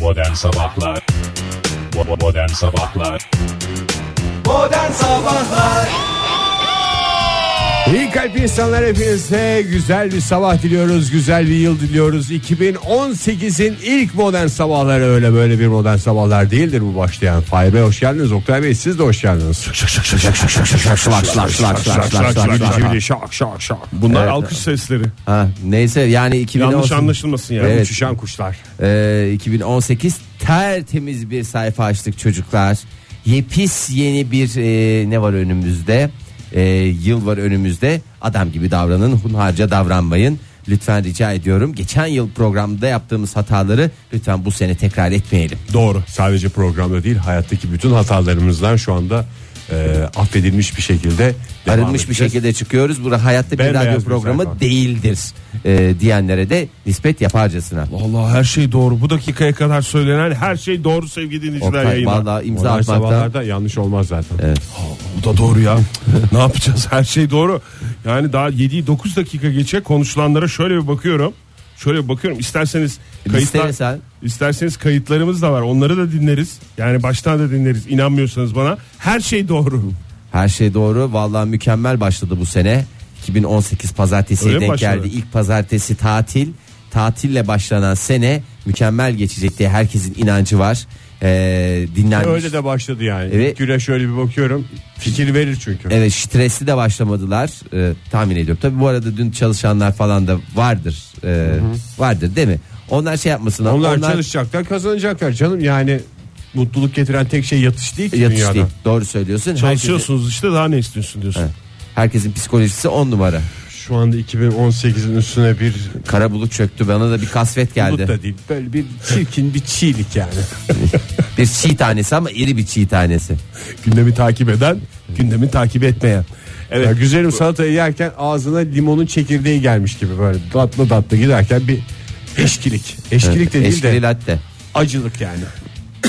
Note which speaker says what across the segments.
Speaker 1: Modern Sabahlar Bo- Modern Sabahlar
Speaker 2: Modern Sabahlar
Speaker 3: İyi kalp insanlar hepinize güzel bir sabah diliyoruz, güzel bir yıl diliyoruz. 2018'in ilk modern sabahları öyle böyle bir modern sabahlar değildir bu başlayan. Fahir Bey hoş geldiniz, Oktay Bey siz de hoş geldiniz.
Speaker 4: Bunlar alkış sesleri.
Speaker 5: Ha, neyse yani 2018,
Speaker 4: Yanlış anlaşılmasın yani.
Speaker 5: Evet.
Speaker 3: Uçuşan kuşlar.
Speaker 5: Ee, 2018 tertemiz bir sayfa açtık çocuklar. Yepis yeni bir e, ne var önümüzde? E, yıl var önümüzde. Adam gibi davranın, hunharca davranmayın. Lütfen rica ediyorum. Geçen yıl programda yaptığımız hataları lütfen bu sene tekrar etmeyelim.
Speaker 3: Doğru, sadece programda değil hayattaki bütün hatalarımızdan şu anda e, affedilmiş bir şekilde devam
Speaker 5: Arınmış bir
Speaker 3: edeceğiz.
Speaker 5: şekilde çıkıyoruz. Burada hayatta bir
Speaker 3: Bembeyaz
Speaker 5: radyo
Speaker 3: bir sayfa.
Speaker 5: programı değildir e, diyenlere de nispet yaparcasına.
Speaker 4: Vallahi her şey doğru. Bu dakikaya kadar söylenen her şey doğru sevgili dinleyiciler
Speaker 5: Oktay,
Speaker 4: yayında.
Speaker 5: Vallahi imza
Speaker 3: Modern
Speaker 5: atmakta
Speaker 3: sabahlarda yanlış olmaz zaten.
Speaker 4: Bu da doğru ya. ne yapacağız? Her şey doğru. Yani daha 7-9 dakika geçe konuşulanlara şöyle bir bakıyorum. Şöyle bir bakıyorum. İsterseniz
Speaker 5: Listele
Speaker 4: kayıtlar,
Speaker 5: sen.
Speaker 4: isterseniz kayıtlarımız da var. Onları da dinleriz. Yani baştan da dinleriz. İnanmıyorsanız bana. Her şey doğru.
Speaker 5: Her şey doğru. Vallahi mükemmel başladı bu sene. 2018 pazartesiye
Speaker 4: Öyle mi
Speaker 5: denk
Speaker 4: başladı?
Speaker 5: geldi. İlk pazartesi tatil. Tatille başlanan sene mükemmel geçecek diye herkesin inancı var. Ee, dinlenmiş.
Speaker 3: Öyle de başladı yani.
Speaker 5: Evet.
Speaker 3: Evet. Güle şöyle bir bakıyorum. Fikir verir çünkü.
Speaker 5: Evet stresli de başlamadılar Ee, tahmin ediyorum. Tabi bu arada dün çalışanlar falan da vardır. Ee, vardır değil mi? Onlar şey yapmasınlar.
Speaker 3: Onlar, çalışacaklar kazanacaklar canım yani mutluluk getiren tek şey yatış değil ki
Speaker 5: yatış
Speaker 3: dünyada.
Speaker 5: değil. Doğru söylüyorsun. Herkesin,
Speaker 4: Çalışıyorsunuz işte daha ne istiyorsun diyorsun.
Speaker 5: herkesin psikolojisi on numara.
Speaker 3: Şu anda 2018'in üstüne bir
Speaker 5: Kara bulut çöktü. Bana da bir kasvet geldi.
Speaker 3: bulut da değil böyle bir çirkin bir çiğlik yani.
Speaker 5: bir çiğ tanesi ama iri bir çiğ tanesi.
Speaker 4: Gündemi takip eden, gündemi takip etmeyen. Evet.
Speaker 3: Ya güzelim salatayı yerken ağzına limonun çekirdeği gelmiş gibi böyle tatlı tatlı giderken bir eşkilik. Eşkilik de değil
Speaker 5: Eşkili
Speaker 3: de
Speaker 5: latte.
Speaker 3: acılık yani.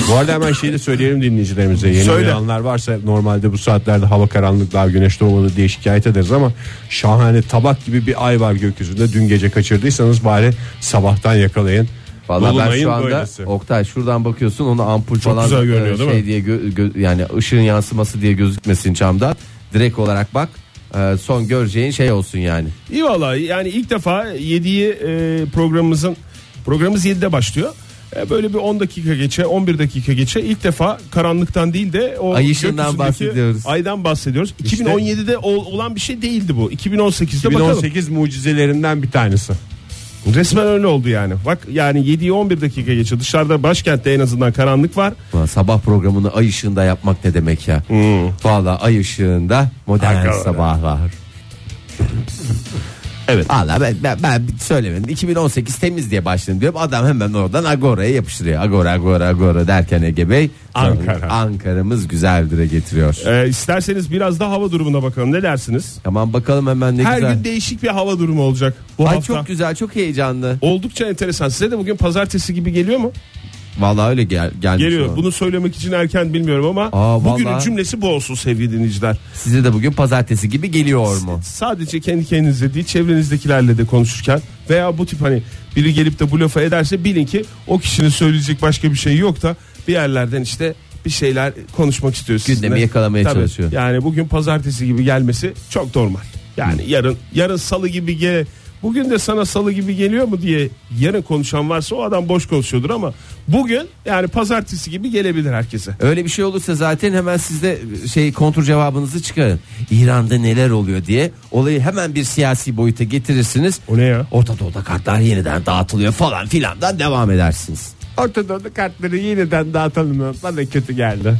Speaker 3: Bu arada hemen şeyi de söyleyelim dinleyicilerimize. Yeni
Speaker 4: Söyle.
Speaker 3: uyananlar varsa normalde bu saatlerde hava karanlık daha güneş doğmadı diye şikayet ederiz ama şahane tabak gibi bir ay var gökyüzünde. Dün gece kaçırdıysanız bari sabahtan yakalayın.
Speaker 5: Vallahi ben
Speaker 3: Dolunayın
Speaker 5: şu anda
Speaker 3: böylesi.
Speaker 5: Oktay şuradan bakıyorsun ona ampul falan
Speaker 4: güzel görünüyor,
Speaker 5: e,
Speaker 4: değil
Speaker 5: şey
Speaker 4: mi?
Speaker 5: diye gö- gö- yani ışığın yansıması diye gözükmesin camda. Direkt olarak bak. e, son göreceğin şey olsun yani.
Speaker 4: İyi valla yani ilk defa 7'yi e, programımızın programımız 7'de başlıyor. E, böyle bir 10 dakika geçe 11 dakika geçe ilk defa karanlıktan değil de o
Speaker 5: Ay ışığından
Speaker 4: gökyüzündeki
Speaker 5: bahsediyoruz.
Speaker 4: Aydan bahsediyoruz. 2017'de ol- olan bir şey değildi bu. 2018'de bakalım.
Speaker 3: 2018 mucizelerinden bir tanesi.
Speaker 4: Resmen öyle oldu yani. Bak yani 7'yi 11 dakika geçe dışarıda başkentte en azından karanlık var.
Speaker 5: Ulan sabah programını ay ışığında yapmak ne demek ya?
Speaker 4: Hmm.
Speaker 5: Valla ay ışığında modern
Speaker 4: Hakikaten.
Speaker 5: sabahlar. evet. Valla ben, ben, ben söylemedim. 2018 temiz diye başladım diyorum. Adam hemen oradan Agora'ya yapıştırıyor. Agora Agora Agora derken Ege Bey.
Speaker 4: Ankara.
Speaker 5: Ankara'mız güzel dire getiriyor.
Speaker 4: E, isterseniz biraz da hava durumuna bakalım. Ne dersiniz?
Speaker 5: Tamam bakalım hemen ne
Speaker 4: Her
Speaker 5: güzel.
Speaker 4: gün değişik bir hava durumu olacak bu
Speaker 5: Ay
Speaker 4: hafta.
Speaker 5: çok güzel çok heyecanlı.
Speaker 4: Oldukça enteresan. Size de bugün pazartesi gibi geliyor mu?
Speaker 5: Vallahi öyle gel gelmiş.
Speaker 4: Geliyor.
Speaker 5: bana.
Speaker 4: Bunu söylemek için erken bilmiyorum ama
Speaker 5: Aa,
Speaker 4: bugünün
Speaker 5: vallahi.
Speaker 4: cümlesi bu olsun sevgili dinleyiciler.
Speaker 5: Size de bugün pazartesi gibi geliyor mu?
Speaker 4: Sadece kendi kendinizle değil çevrenizdekilerle de konuşurken veya bu tip hani biri gelip de bu lafa ederse bilin ki o kişinin söyleyecek başka bir şey yok da bir yerlerden işte bir şeyler konuşmak istiyor sizinle.
Speaker 5: Gündemi yakalamaya
Speaker 4: Tabii.
Speaker 5: çalışıyor.
Speaker 4: Yani bugün pazartesi gibi gelmesi çok normal. Yani yarın yarın salı gibi gel Bugün de sana salı gibi geliyor mu diye yarın konuşan varsa o adam boş konuşuyordur ama bugün yani pazartesi gibi gelebilir herkese.
Speaker 5: Öyle bir şey olursa zaten hemen sizde şey kontur cevabınızı çıkarın. İran'da neler oluyor diye olayı hemen bir siyasi boyuta getirirsiniz.
Speaker 4: O ne ya?
Speaker 5: Orta Doğu'da kartlar yeniden dağıtılıyor falan filandan devam edersiniz.
Speaker 3: Ortadoğu'da kartları yeniden dağıtalım mı? Bana kötü geldi.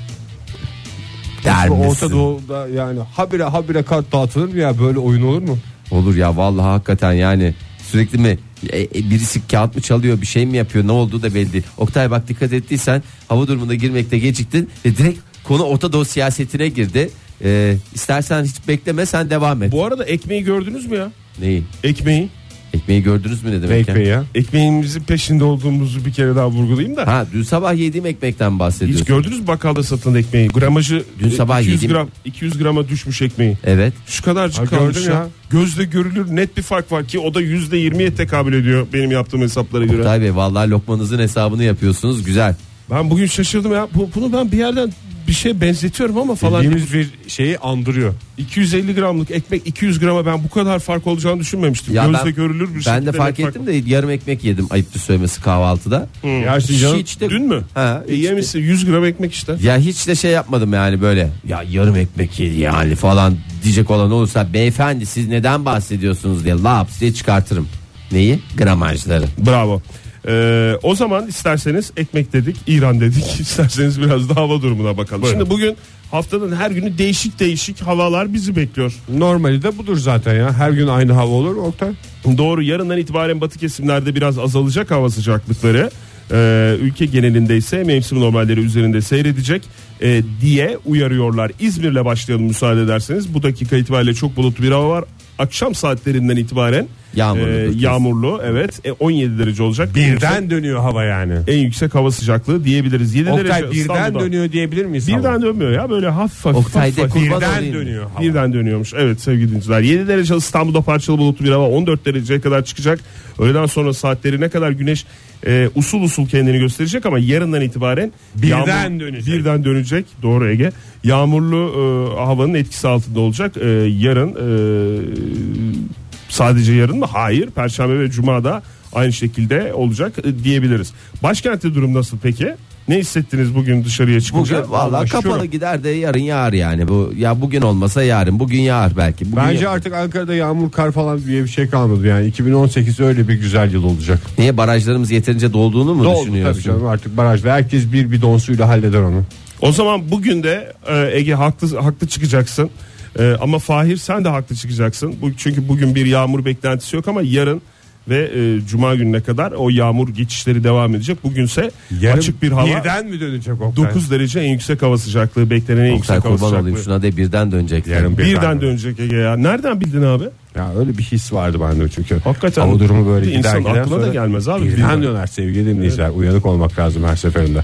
Speaker 5: Der misin?
Speaker 3: Orta Doğu'da yani habire habire kart dağıtılır mı ya böyle oyun olur mu?
Speaker 5: Olur ya vallahi hakikaten yani sürekli mi e, e, birisi kağıt mı çalıyor bir şey mi yapıyor ne olduğu da belli değil. Oktay bak dikkat ettiysen hava durumunda girmekte geciktin ve direkt konu Orta Doğu siyasetine girdi. Ee, istersen hiç bekleme sen devam et.
Speaker 4: Bu arada ekmeği gördünüz mü ya?
Speaker 5: Neyi?
Speaker 4: Ekmeği.
Speaker 5: Ekmeği gördünüz mü ne demek
Speaker 3: Ekmeği
Speaker 5: ya?
Speaker 3: ya.
Speaker 4: Ekmeğimizin peşinde olduğumuzu bir kere daha vurgulayayım da.
Speaker 5: Ha dün sabah yediğim ekmekten bahsediyorsun.
Speaker 4: Hiç gördünüz mü bakkalda satılan ekmeği? Gramajı
Speaker 5: Dün sabah E,
Speaker 4: 200
Speaker 5: yedim.
Speaker 4: gram 200 grama düşmüş ekmeği.
Speaker 5: Evet.
Speaker 4: Şu kadarcık
Speaker 3: Ha,
Speaker 4: kalmış
Speaker 3: gördüm
Speaker 4: ya.
Speaker 3: ya.
Speaker 4: Gözle görülür net bir fark var ki o da %20'ye tekabül ediyor benim yaptığım hesaplara göre.
Speaker 5: Oktay Bey vallahi lokmanızın hesabını yapıyorsunuz güzel.
Speaker 4: Ben bugün şaşırdım ya. Bu, bunu ben bir yerden bir şeye benzetiyorum ama falan.
Speaker 3: Dediğimiz bir şeyi andırıyor.
Speaker 4: 250 gramlık ekmek 200 grama ben bu kadar fark olacağını düşünmemiştim.
Speaker 5: Ya
Speaker 4: Gözle
Speaker 5: ben-
Speaker 4: görülür bir
Speaker 5: Ben
Speaker 4: şekilde
Speaker 5: de fark
Speaker 4: net
Speaker 5: ettim de yarım ekmek yedim ayıptı söylemesi kahvaltıda.
Speaker 3: Gerçi canım.
Speaker 5: Hiç de,
Speaker 4: şey Dün mü?
Speaker 5: Ha,
Speaker 4: E, yemişsin 100 gram ekmek işte.
Speaker 5: Ya hiç de şey yapmadım yani böyle ya yarım ekmek yedi yani falan diyecek olan olursa beyefendi siz neden bahsediyorsunuz diye laps diye çıkartırım. Neyi? Gramajları.
Speaker 4: Bravo. Ee, o zaman isterseniz ekmek dedik, İran dedik. İsterseniz biraz da hava durumuna bakalım. Şimdi bugün haftanın her günü değişik değişik havalar bizi bekliyor.
Speaker 3: Normali de budur zaten ya. Her gün aynı hava olur mu Oktay.
Speaker 4: Doğru yarından itibaren batı kesimlerde biraz azalacak hava sıcaklıkları. Ee, ülke genelinde ise mevsim normalleri üzerinde seyredecek e, diye uyarıyorlar. İzmir'le başlayalım müsaade ederseniz. Bu dakika itibariyle çok bulutlu bir hava var. Akşam saatlerinden itibaren
Speaker 5: Yağmurlu.
Speaker 4: e, yağmurlu evet E, 17 derece olacak. En yüksek,
Speaker 3: Birden dönüyor hava yani.
Speaker 4: en yüksek hava sıcaklığı diyebiliriz. 7 derece
Speaker 3: Oktay birden
Speaker 4: İstanbul'da.
Speaker 3: şey- dönüyor diyebilir miyiz?
Speaker 4: Birden
Speaker 3: hava?
Speaker 4: dönmüyor ya böyle hafif hafif.
Speaker 5: Oktay
Speaker 4: hafif,
Speaker 5: de
Speaker 4: hafif.
Speaker 5: kurban
Speaker 3: birden
Speaker 5: olayım.
Speaker 3: dönüyor hava.
Speaker 4: Birden dönüyormuş. Evet sevgili dinleyiciler. 7 derece İstanbul'da parçalı bulutlu bir hava. 14 dereceye kadar çıkacak. Öğleden sonra saatleri ne kadar güneş e, usul usul kendini gösterecek ama yarından itibaren
Speaker 3: Birden dönecek.
Speaker 4: Birden dönecek. Doğru Ege. Yağmurlu e, havanın etkisi altında olacak. E, yarın e, sadece yarın mı? Hayır. Perşembe ve Cuma'da aynı şekilde olacak e, diyebiliriz. Başkentte durum nasıl peki? Ne hissettiniz bugün dışarıya çıkınca?
Speaker 5: Bugün valla
Speaker 4: Şurup.
Speaker 5: kapalı gider de yarın yağar yani. Bu ya bugün olmasa yarın, bugün yağar belki. Bugün
Speaker 3: Bence
Speaker 5: yağ-
Speaker 3: artık Ankara'da yağmur kar falan diye bir şey kalmadı yani. 2018 öyle bir güzel yıl olacak.
Speaker 5: niye barajlarımız yeterince dolduğunu mu
Speaker 3: Doldu tabii
Speaker 5: düşünüyorsun?
Speaker 3: canım artık barajda. Herkes bir bidon suyla halleder onu.
Speaker 4: O zaman bugün de e, Ege haklı haklı çıkacaksın. E, ama Fahir sen de haklı çıkacaksın. Bu, çünkü bugün bir yağmur beklentisi yok ama yarın ve e, cuma gününe kadar o yağmur geçişleri devam edecek. Bugünse
Speaker 3: Yarın
Speaker 4: açık bir hava.
Speaker 3: Birden mi dönecek Oktay?
Speaker 4: 9 derece en yüksek hava sıcaklığı beklenen en
Speaker 5: Oktay
Speaker 4: yüksek hava
Speaker 5: kurban
Speaker 4: sıcaklığı.
Speaker 5: olayım şuna de birden dönecek.
Speaker 3: Yarın
Speaker 4: Birden,
Speaker 3: Birden
Speaker 4: dönecek Ege ya. Nereden bildin abi?
Speaker 5: E,
Speaker 3: Ya öyle bir his vardı bende çünkü.
Speaker 4: Hakikaten.
Speaker 3: Hava durumu böyle
Speaker 4: İnsan
Speaker 3: gider gider
Speaker 4: aklına da gelmez abi.
Speaker 3: Birden
Speaker 4: Birden.
Speaker 3: döner sevgili dinleyiciler. Uyanık olmak lazım her seferinde.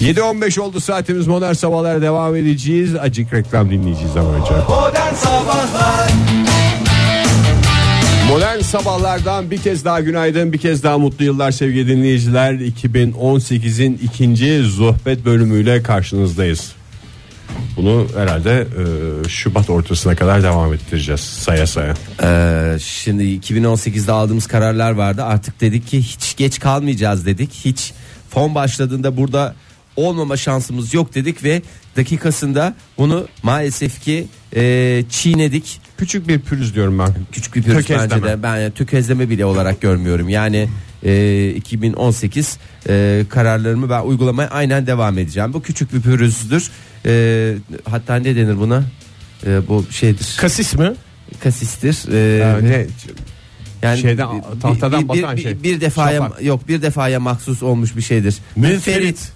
Speaker 3: 7.15 oldu saatimiz modern sabahlar devam edeceğiz. Acık reklam dinleyeceğiz ama önce.
Speaker 2: Modern Sabahlar
Speaker 3: Modern sabahlardan bir kez daha günaydın, bir kez daha mutlu yıllar sevgili dinleyiciler. 2018'in ikinci sohbet bölümüyle karşınızdayız. Bunu herhalde e, Şubat ortasına kadar devam ettireceğiz saya saya.
Speaker 5: Ee, şimdi 2018'de aldığımız kararlar vardı. Artık dedik ki hiç geç kalmayacağız dedik. Hiç fon başladığında burada olmama şansımız yok dedik ve dakikasında bunu maalesef ki e, çiğnedik.
Speaker 3: Küçük bir pürüz diyorum ben.
Speaker 5: Küçük bir pürüz
Speaker 3: Tökezleme.
Speaker 5: bence de. Ben yani tökezleme bile olarak görmüyorum. Yani e, 2018 e, kararlarımı ben uygulamaya aynen devam edeceğim. Bu küçük bir pürüzdür. E, hatta ne denir buna? E, bu şeydir.
Speaker 4: Kasis mi?
Speaker 5: kasistir. E,
Speaker 3: Ya ne?
Speaker 5: yani
Speaker 3: Şeyden,
Speaker 5: bir-
Speaker 3: tahtadan
Speaker 5: bir,
Speaker 3: batan
Speaker 5: bir,
Speaker 3: şey.
Speaker 5: Bir, defaya
Speaker 3: Şafak.
Speaker 5: yok bir defaya mahsus olmuş bir şeydir. Münferit.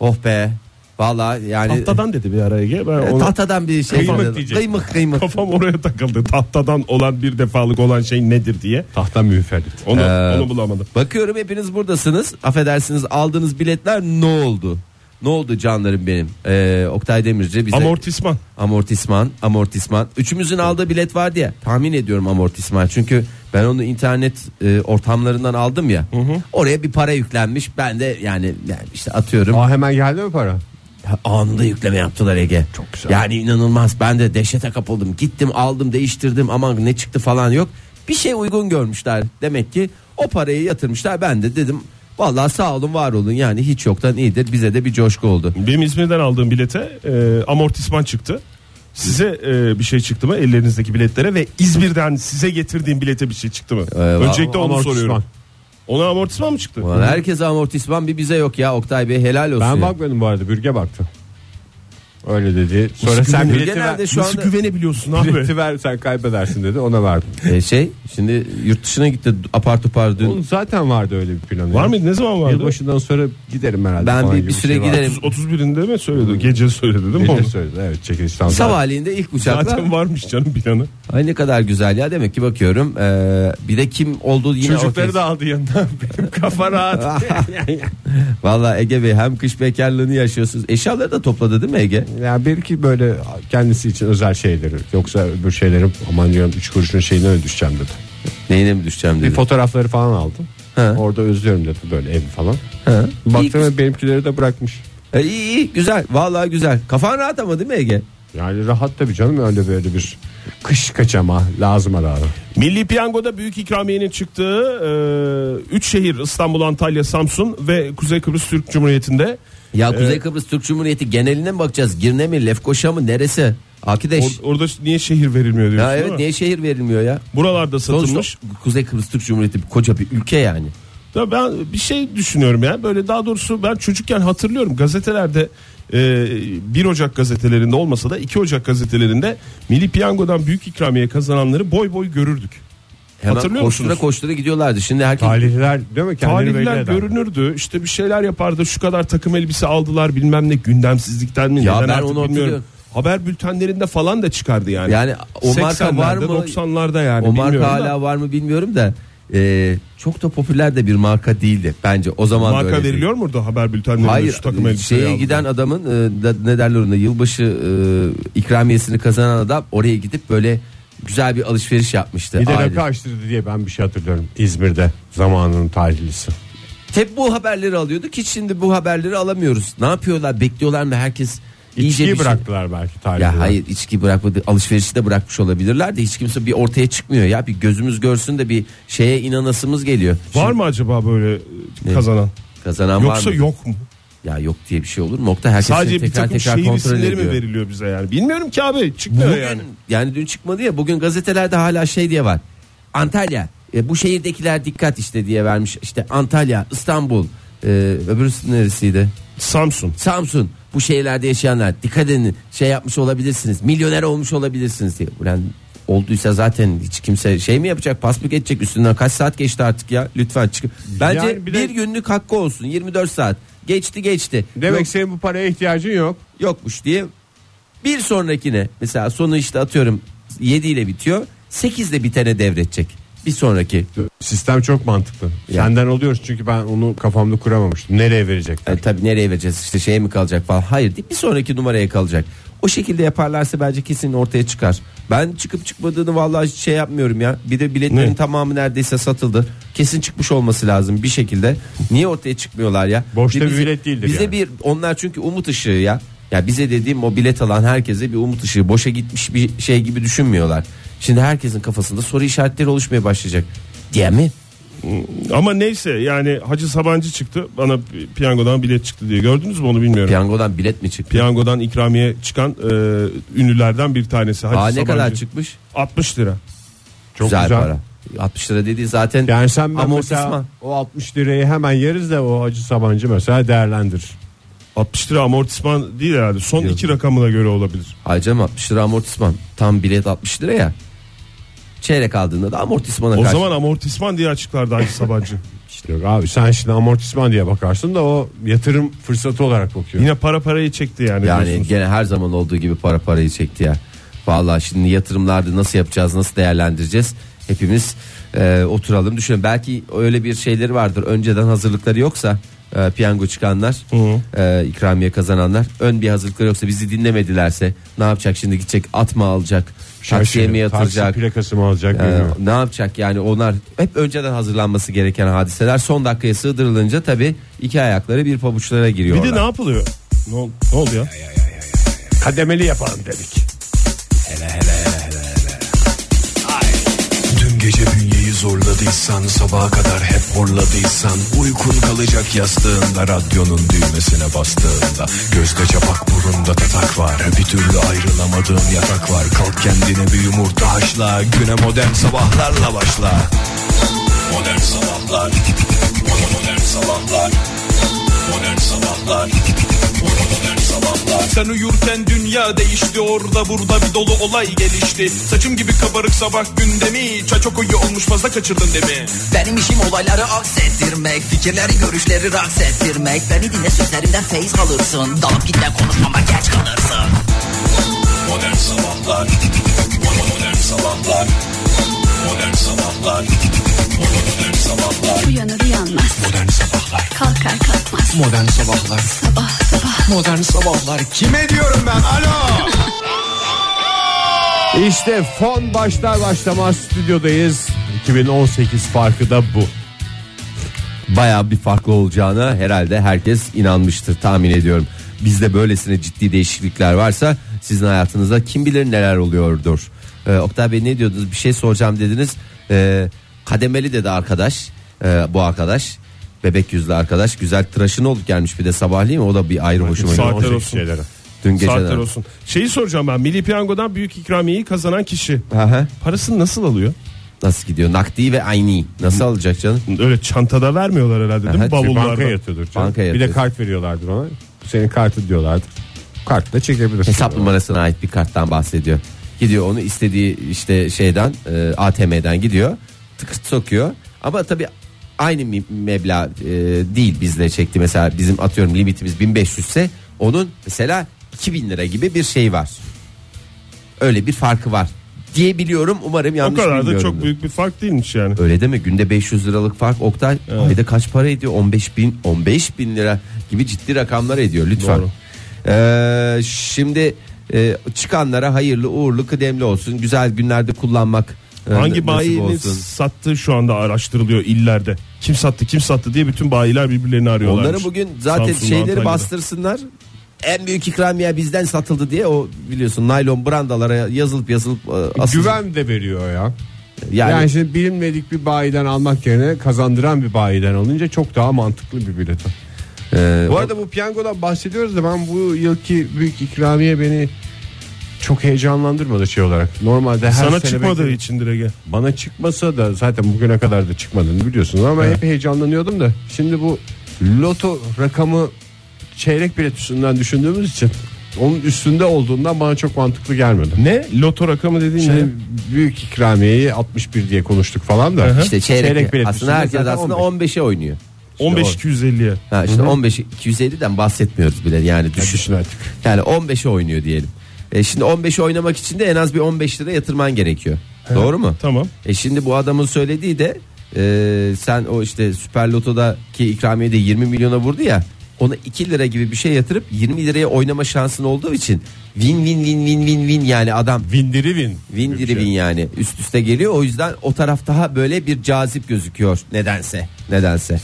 Speaker 5: oh be. Valla yani
Speaker 4: Tahtadan dedi bir ara Ege. Ben
Speaker 5: E,
Speaker 4: ona-
Speaker 5: tahtadan bir şey
Speaker 4: Kıymık
Speaker 5: falan.
Speaker 4: diyecek.
Speaker 5: Kıymık kıymık.
Speaker 4: Kafam oraya takıldı. Tahtadan olan bir defalık olan şey nedir diye.
Speaker 3: Tahta müferrit.
Speaker 4: Onu,
Speaker 5: Ee,
Speaker 4: onu bulamadım.
Speaker 5: Bakıyorum hepiniz buradasınız. Affedersiniz aldığınız biletler ne oldu? Ne oldu canlarım benim? Ee, Oktay Demirci bize
Speaker 4: Amortisman.
Speaker 5: amortisman, amortisman. Üçümüzün aldığı bilet vardı ya. Tahmin ediyorum amortisman. Çünkü ben onu internet e, ortamlarından aldım ya. Oraya bir para yüklenmiş. Ben de yani, yani işte atıyorum.
Speaker 3: Aa hemen geldi mi para?
Speaker 5: Ha, Anında yükleme yaptılar Ege.
Speaker 3: Çok güzel.
Speaker 5: Yani inanılmaz. Ben de dehşete kapıldım. Gittim aldım değiştirdim aman ne çıktı falan yok. Bir şey uygun görmüşler. Demek ki o parayı yatırmışlar. Ben de dedim vallahi sağ olun var olun yani hiç yoktan iyidir. Bize de bir coşku oldu.
Speaker 4: Benim İzmir'den aldığım bilete e, amortisman çıktı. Size e, bir şey çıktı mı ellerinizdeki biletlere ve İzmir'den size getirdiğim bilete bir şey çıktı mı? Öncelikle onu
Speaker 3: amortisman.
Speaker 4: soruyorum. Ona amortisman mı çıktı?
Speaker 5: Ulan herkese amortisman bir bize yok ya Oktay Bey helal olsun.
Speaker 3: Ben
Speaker 5: ya.
Speaker 3: bakmadım bu arada bürge baktı. Öyle dedi. Sonra
Speaker 4: Nasıl
Speaker 3: sen
Speaker 4: güvenilir?
Speaker 3: bileti ver,
Speaker 5: Genelde şu
Speaker 4: Nasıl
Speaker 5: anda-
Speaker 4: güvenebiliyorsun abi?
Speaker 3: bileti ver sen kaybedersin dedi ona verdim.
Speaker 5: E, şey şimdi yurt dışına gitti apar topar dün.
Speaker 3: Onun zaten vardı öyle bir planı.
Speaker 4: Var mıydı? Ne zaman vardı?
Speaker 3: Yılbaşından sonra giderim herhalde.
Speaker 5: Ben
Speaker 3: falan
Speaker 5: bir-
Speaker 3: gibi şey
Speaker 5: bir süre
Speaker 3: vardı.
Speaker 5: giderim.
Speaker 4: 30 31'inde mi söyledi? Gece söyledi değil mi?
Speaker 3: Gece
Speaker 4: onu?
Speaker 3: söyledi evet çekilişten sonra.
Speaker 5: Sabahleyi'nde ilk uçakla.
Speaker 4: Zaten varmış canım planı.
Speaker 5: Ay ne kadar güzel ya demek ki bakıyorum. E, bir de kim olduğu yine ortaya-
Speaker 4: Çocukları da aldı yanına. Benim kafa rahat.
Speaker 5: Valla Ege Bey hem kış bekarlığını yaşıyorsunuz. Eşyaları da topladı değil mi Ege?
Speaker 3: Ya bir iki böyle kendisi için özel şeyleri yoksa öbür şeylerim aman diyorum üç kuruşun şeyine öyle düşeceğim dedi.
Speaker 5: Neyine mi düşeceğim
Speaker 3: Bir
Speaker 5: dedi.
Speaker 3: fotoğrafları falan aldım.
Speaker 5: Ha.
Speaker 3: Orada özlüyorum dedi böyle evi falan.
Speaker 5: Ha.
Speaker 3: Baktım ve benimkileri de bırakmış.
Speaker 5: E, iyi iyi güzel. Valla güzel. Kafan rahat ama değil mi Ege?
Speaker 3: Yani rahat tabii canım öyle böyle bir kış kaçama lazım herhalde.
Speaker 4: Milli Piyango'da büyük ikramiyenin çıktığı 3 şehir İstanbul, Antalya, Samsun ve Kuzey Kıbrıs Türk Cumhuriyeti'nde
Speaker 5: Ya Kuzey Kıbrıs Türk Cumhuriyeti geneline mi bakacağız? Girne mi, Lefkoşa mı, neresi? Akideş.
Speaker 4: or- orada niye şehir verilmiyor diyorsun
Speaker 5: ya evet
Speaker 4: değil mi?
Speaker 5: niye şehir verilmiyor ya?
Speaker 4: Buralarda satılmış.
Speaker 5: Sonuçta Kuzey Kıbrıs Türk Cumhuriyeti bir koca bir ülke yani.
Speaker 4: Ya ben bir şey düşünüyorum ya böyle daha doğrusu ben çocukken hatırlıyorum gazetelerde e, 1 Ocak gazetelerinde olmasa da 2 Ocak gazetelerinde Milli Piyango'dan büyük ikramiye kazananları boy boy görürdük.
Speaker 5: Hemen
Speaker 4: Hatırlıyor
Speaker 5: koştura
Speaker 4: musunuz?
Speaker 5: koştura gidiyorlardı. Şimdi herkes
Speaker 3: Talihliler değil mi? Kendini
Speaker 4: Tarihler
Speaker 3: belli eden.
Speaker 4: görünürdü işte bir şeyler yapardı şu kadar takım elbise aldılar bilmem ne gündemsizlikten mi
Speaker 5: Ya
Speaker 4: neden
Speaker 5: ben
Speaker 4: artık
Speaker 5: onu
Speaker 4: bilmiyorum.
Speaker 5: hatırlıyorum.
Speaker 4: Haber bültenlerinde falan da çıkardı yani.
Speaker 5: Yani o marka var
Speaker 4: 80'lerde,
Speaker 5: mı?
Speaker 4: 90'larda yani
Speaker 5: o marka
Speaker 4: bilmiyorum
Speaker 5: hala
Speaker 4: da.
Speaker 5: var mı bilmiyorum da e, çok da popüler de bir marka değildi bence o zaman da
Speaker 4: Marka
Speaker 5: öyle değil.
Speaker 4: veriliyor mu orada haber bültenlerinde
Speaker 5: Hayır
Speaker 4: şu takım elbiseyi
Speaker 5: şeye
Speaker 4: aldı?
Speaker 5: giden adamın e, da- ne derler ona yılbaşı e, ikramiyesini kazanan adam oraya gidip böyle güzel bir alışveriş yapmıştı.
Speaker 3: Bir de
Speaker 5: aile.
Speaker 3: rakı açtırdı diye ben bir şey hatırlıyorum. İzmir'de zamanının talihlisi.
Speaker 5: Hep bu haberleri alıyorduk hiç şimdi bu haberleri alamıyoruz. Ne yapıyorlar bekliyorlar mı herkes iyice bir
Speaker 3: İçkiyi
Speaker 5: şey-
Speaker 3: bıraktılar belki tarihliler.
Speaker 5: Ya hayır içki bırakmadı alışverişi de bırakmış olabilirler de hiç kimse bir ortaya çıkmıyor ya bir gözümüz görsün de bir şeye inanasımız geliyor.
Speaker 4: Var mı acaba böyle e, kazanan?
Speaker 5: Kazanan
Speaker 4: Yoksa
Speaker 5: var mı?
Speaker 4: yok mu?
Speaker 5: Ya yok diye bir şey olur mu? Nokta herkes
Speaker 4: Sadece bir
Speaker 5: tekrar
Speaker 4: takım
Speaker 5: tekrar
Speaker 4: şehir
Speaker 5: kontrol
Speaker 4: isimleri mi
Speaker 5: ediyor.
Speaker 4: veriliyor bize yani? Bilmiyorum ki abi çıkmıyor
Speaker 5: Bugün
Speaker 4: yani.
Speaker 5: yani. dün çıkmadı ya bugün gazetelerde hala şey diye var. Antalya e, bu şehirdekiler dikkat işte diye vermiş. İşte Antalya, İstanbul, e, öbürsü neresiydi?
Speaker 4: Samsun.
Speaker 5: Samsun bu şehirlerde yaşayanlar dikkat edin şey yapmış olabilirsiniz. Milyoner olmuş olabilirsiniz diye. Ulan olduysa zaten hiç kimse şey mi yapacak pasbük edecek üstünden kaç saat geçti artık ya lütfen çıkın. Bence
Speaker 3: Yani
Speaker 5: bir,
Speaker 3: bir de-
Speaker 5: günlük hakkı olsun 24 saat geçti geçti.
Speaker 3: Demek
Speaker 5: Yok-
Speaker 3: senin bu paraya ihtiyacın yok.
Speaker 5: yokmuş diye bir sonrakine mesela sonu işte atıyorum 7 ile bitiyor 8 ile bitene devredecek bir sonraki
Speaker 3: Sistem çok mantıklı.
Speaker 5: Yani.
Speaker 3: Senden oluyoruz çünkü ben onu kafamda kuramamıştım. Nereye verecekler?
Speaker 5: yani E, tabii nereye vereceğiz işte şeye mi kalacak falan hayır deyip bir sonraki numaraya kalacak o şekilde yaparlarsa bence kesin ortaya çıkar ben çıkıp çıkmadığını vallahi hiç şey yapmıyorum ya bir de biletlerin
Speaker 4: Ne?
Speaker 5: tamamı neredeyse satıldı kesin çıkmış olması lazım bir şekilde niye ortaya çıkmıyorlar ya
Speaker 3: Boşta
Speaker 5: Bir
Speaker 3: bir
Speaker 5: bize-
Speaker 3: bilet değildir
Speaker 5: bize
Speaker 3: yani.
Speaker 5: bir onlar çünkü umut ışığı ya. Ya bize dediğim o bilet alan herkese bir umut ışığı boşa gitmiş bir şey gibi düşünmüyorlar. Şimdi herkesin kafasında soru işaretleri oluşmaya başlayacak. Diye mi?
Speaker 4: Ama neyse yani Hacı Sabancı çıktı. Bana pi- piyangodan bilet çıktı diye. Gördünüz mü onu bilmiyorum.
Speaker 5: Piyangodan bilet mi çıktı?
Speaker 4: piyangodan ikramiye çıkan e, ünlülerden bir tanesi Hacı
Speaker 5: Aa,
Speaker 4: Sabancı.
Speaker 5: ne kadar çıkmış?
Speaker 4: 60 lira.
Speaker 3: Çok
Speaker 5: güzel,
Speaker 3: güzel.
Speaker 5: para. 60 lira dediği zaten
Speaker 3: Yani sen ben mesela
Speaker 5: amortisman.
Speaker 3: o 60 lirayı hemen yeriz de o Hacı Sabancı mesela değerlendir.
Speaker 4: 60 lira amortisman değil herhalde. Son
Speaker 5: Yok.
Speaker 4: iki rakamına göre olabilir.
Speaker 5: Hacım 60 lira amortisman. Tam bilet 60 lira ya. Çeyrek aldığında da amortismana
Speaker 4: O
Speaker 5: karşı.
Speaker 4: zaman amortisman diye açıklardı Hacı Sabancı.
Speaker 3: İşte yok abi sen şimdi amortisman diye bakarsın da o yatırım fırsatı olarak bakıyor.
Speaker 4: Yine para parayı çekti yani.
Speaker 5: Yani
Speaker 4: diyorsunuz.
Speaker 5: gene her zaman olduğu gibi para parayı çekti ya. Vallahi şimdi yatırımlarda nasıl yapacağız, nasıl değerlendireceğiz? Hepimiz e, oturalım düşünelim. Belki öyle bir şeyleri vardır. Önceden hazırlıkları yoksa e, piyango çıkanlar, e, ikramiye kazananlar ön bir hazırlıkları yoksa bizi dinlemedilerse ne yapacak şimdi gidecek at mı alacak, taksiye
Speaker 3: Şaşırıyor.
Speaker 5: mi yatıracak?
Speaker 3: şey, Taksi plakası mı alacak?
Speaker 5: e,
Speaker 3: bilmiyorum.
Speaker 5: ne yapacak yani onlar hep önceden hazırlanması gereken hadiseler son dakikaya sığdırılınca tabi iki ayakları bir pabuçlara
Speaker 4: bir
Speaker 5: giriyorlar.
Speaker 4: de ne yapılıyor? Ne, ol- ne oldu ya?
Speaker 3: Kademeli yapalım dedik.
Speaker 6: Dün gece bünyeyi zorladıysan sabaha kadar hep horladıysan Uykun kalacak yastığında radyonun düğmesine bastığında Gözde çapak burunda tatak var bir türlü ayrılamadığın yatak var Kalk kendine bir yumurta haşla güne modern sabahlarla başla Modern sabahlar Modern sabahlar Modern sabahlar Modern sabahlar
Speaker 2: Sen uyurken dünya değişti orada burada bir dolu olay gelişti Saçım gibi kabarık sabah gündemi Çaçok uyu olmuş fazla kaçırdın değil mi?
Speaker 7: Benim işim olayları aksettirmek Fikirleri görüşleri raks ettirmek Beni dinle sözlerimden feyiz alırsın Dalıp gitme konuşmama geç kalırsın
Speaker 6: Modern Sabahlar Modern Sabahlar Modern Sabahlar Modern Sabahlar
Speaker 8: Uyanır uyanmaz
Speaker 6: Modern Sabahlar
Speaker 8: kalkar kalkmaz
Speaker 6: Modern Sabahlar
Speaker 8: sabah sabah
Speaker 6: Modern Sabahlar Kime diyorum ben? Alo!
Speaker 3: İşte fon başlar başlamaz stüdyodayız. 2018 farkı da bu.
Speaker 5: Baya bir farklı olacağına herhalde herkes inanmıştır tahmin ediyorum. Bizde böylesine ciddi değişiklikler varsa sizin hayatınızda kim bilir neler oluyordur. Ee, Oktay Bey ne diyordunuz bir şey soracağım dediniz. Ee, kademeli dedi arkadaş ee, bu arkadaş. Bebek yüzlü arkadaş güzel tıraşın olup gelmiş bir de sabahleyin o da bir ayrı hoşuma gitti.
Speaker 4: Saatler olsun.
Speaker 3: şeylere.
Speaker 5: Dün geceden.
Speaker 4: Saatler olsun. Şeyi soracağım ben. Milli Piyango'dan büyük ikramiyeyi kazanan kişi
Speaker 5: Hı hı.
Speaker 4: parasını nasıl alıyor?
Speaker 5: Nasıl gidiyor nakdi ve ayni nasıl alacak canım?
Speaker 4: Öyle çantada vermiyorlar herhalde değil mi?
Speaker 5: Aha,
Speaker 4: Bavullarda.
Speaker 3: Bankaya yatıyordur. Canım.
Speaker 5: Bankaya
Speaker 3: bir de
Speaker 5: yatıyor.
Speaker 3: kart veriyorlardır ona. Senin kartın diyorlardır. Kartla çekebilirsin.
Speaker 5: Hesap numarasına ait bir karttan bahsediyor. Gidiyor onu istediği işte şeyden e, ATM'den gidiyor. Tıkırt sokuyor. Ama tabii aynı mi- meblağ e, değil bizle çekti. Mesela bizim atıyorum limitimiz 1500 ise onun mesela 2000 lira gibi bir şey var. Öyle bir farkı var diye biliyorum. Umarım
Speaker 4: O
Speaker 5: yanlış
Speaker 4: kadar da
Speaker 5: bilmiyorumdur.
Speaker 4: çok büyük bir fark değilmiş yani.
Speaker 5: Öyle deme günde 500 liralık fark Oktay ayda kaç para ediyor 15 bin 15 bin lira gibi ciddi rakamlar ediyor lütfen.
Speaker 4: Doğru.
Speaker 5: Ee, şimdi e, çıkanlara hayırlı uğurlu kıdemli olsun güzel günlerde kullanmak e,
Speaker 4: Hangi
Speaker 5: nasip
Speaker 4: bayinin
Speaker 5: olsun.
Speaker 4: sattığı şu anda araştırılıyor illerde. Kim sattı kim sattı diye bütün bayiler birbirlerini arıyorlar.
Speaker 5: Onları bugün zaten şeyleri bastırsınlar. En büyük ikramiye bizden satıldı diye o biliyorsun naylon brandalara yazılıp yazılıp e, asılı-
Speaker 3: Güven de veriyor ya. Yani,
Speaker 5: yani,
Speaker 3: şimdi bilinmedik bir bayiden almak yerine kazandıran bir bayiden alınca çok daha mantıklı bir bilet.
Speaker 5: e,
Speaker 3: Bu arada bu piyangodan bahsediyoruz da ben bu yılki büyük ikramiye beni çok heyecanlandırmadı şey olarak. Normalde her
Speaker 4: Sana
Speaker 3: sene
Speaker 4: çıkmadığı
Speaker 3: bekledim.
Speaker 4: için direkt.
Speaker 3: Bana çıkmasa da zaten bugüne kadar da çıkmadığını biliyorsunuz ama ben hep heyecanlanıyordum da. Şimdi bu loto rakamı çeyrek bilet üstünden düşündüğümüz için onun üstünde olduğundan bana çok mantıklı gelmedi.
Speaker 4: Ne? Loto rakamı dediğin
Speaker 3: Şimdi
Speaker 4: ne?
Speaker 3: büyük ikramiyeyi 61 diye konuştuk falan da.
Speaker 5: işte çeyrek, aslında
Speaker 3: üstünde
Speaker 5: herkes
Speaker 3: zaten
Speaker 5: aslında
Speaker 3: 15.
Speaker 5: 15'e oynuyor.
Speaker 4: 15 250'ye.
Speaker 5: Ha işte 15 250'den bahsetmiyoruz bile yani düşün.
Speaker 3: düşün artık.
Speaker 5: Yani 15'e oynuyor diyelim. E şimdi 15'e oynamak için de en az bir 15 lira yatırman gerekiyor. Doğru mu?
Speaker 4: Tamam.
Speaker 5: E şimdi bu adamın söylediği de e, sen o işte Süper Loto'daki ikramiye de 20 milyona vurdu ya. Ona 2 lira gibi bir şey yatırıp 20 liraya oynama şansın olduğu için win win win win win win yani adam
Speaker 3: Vindiri vin.
Speaker 5: win
Speaker 3: şey.
Speaker 5: diri win yani üst üste geliyor. O yüzden o taraf daha böyle bir cazip gözüküyor nedense nedense.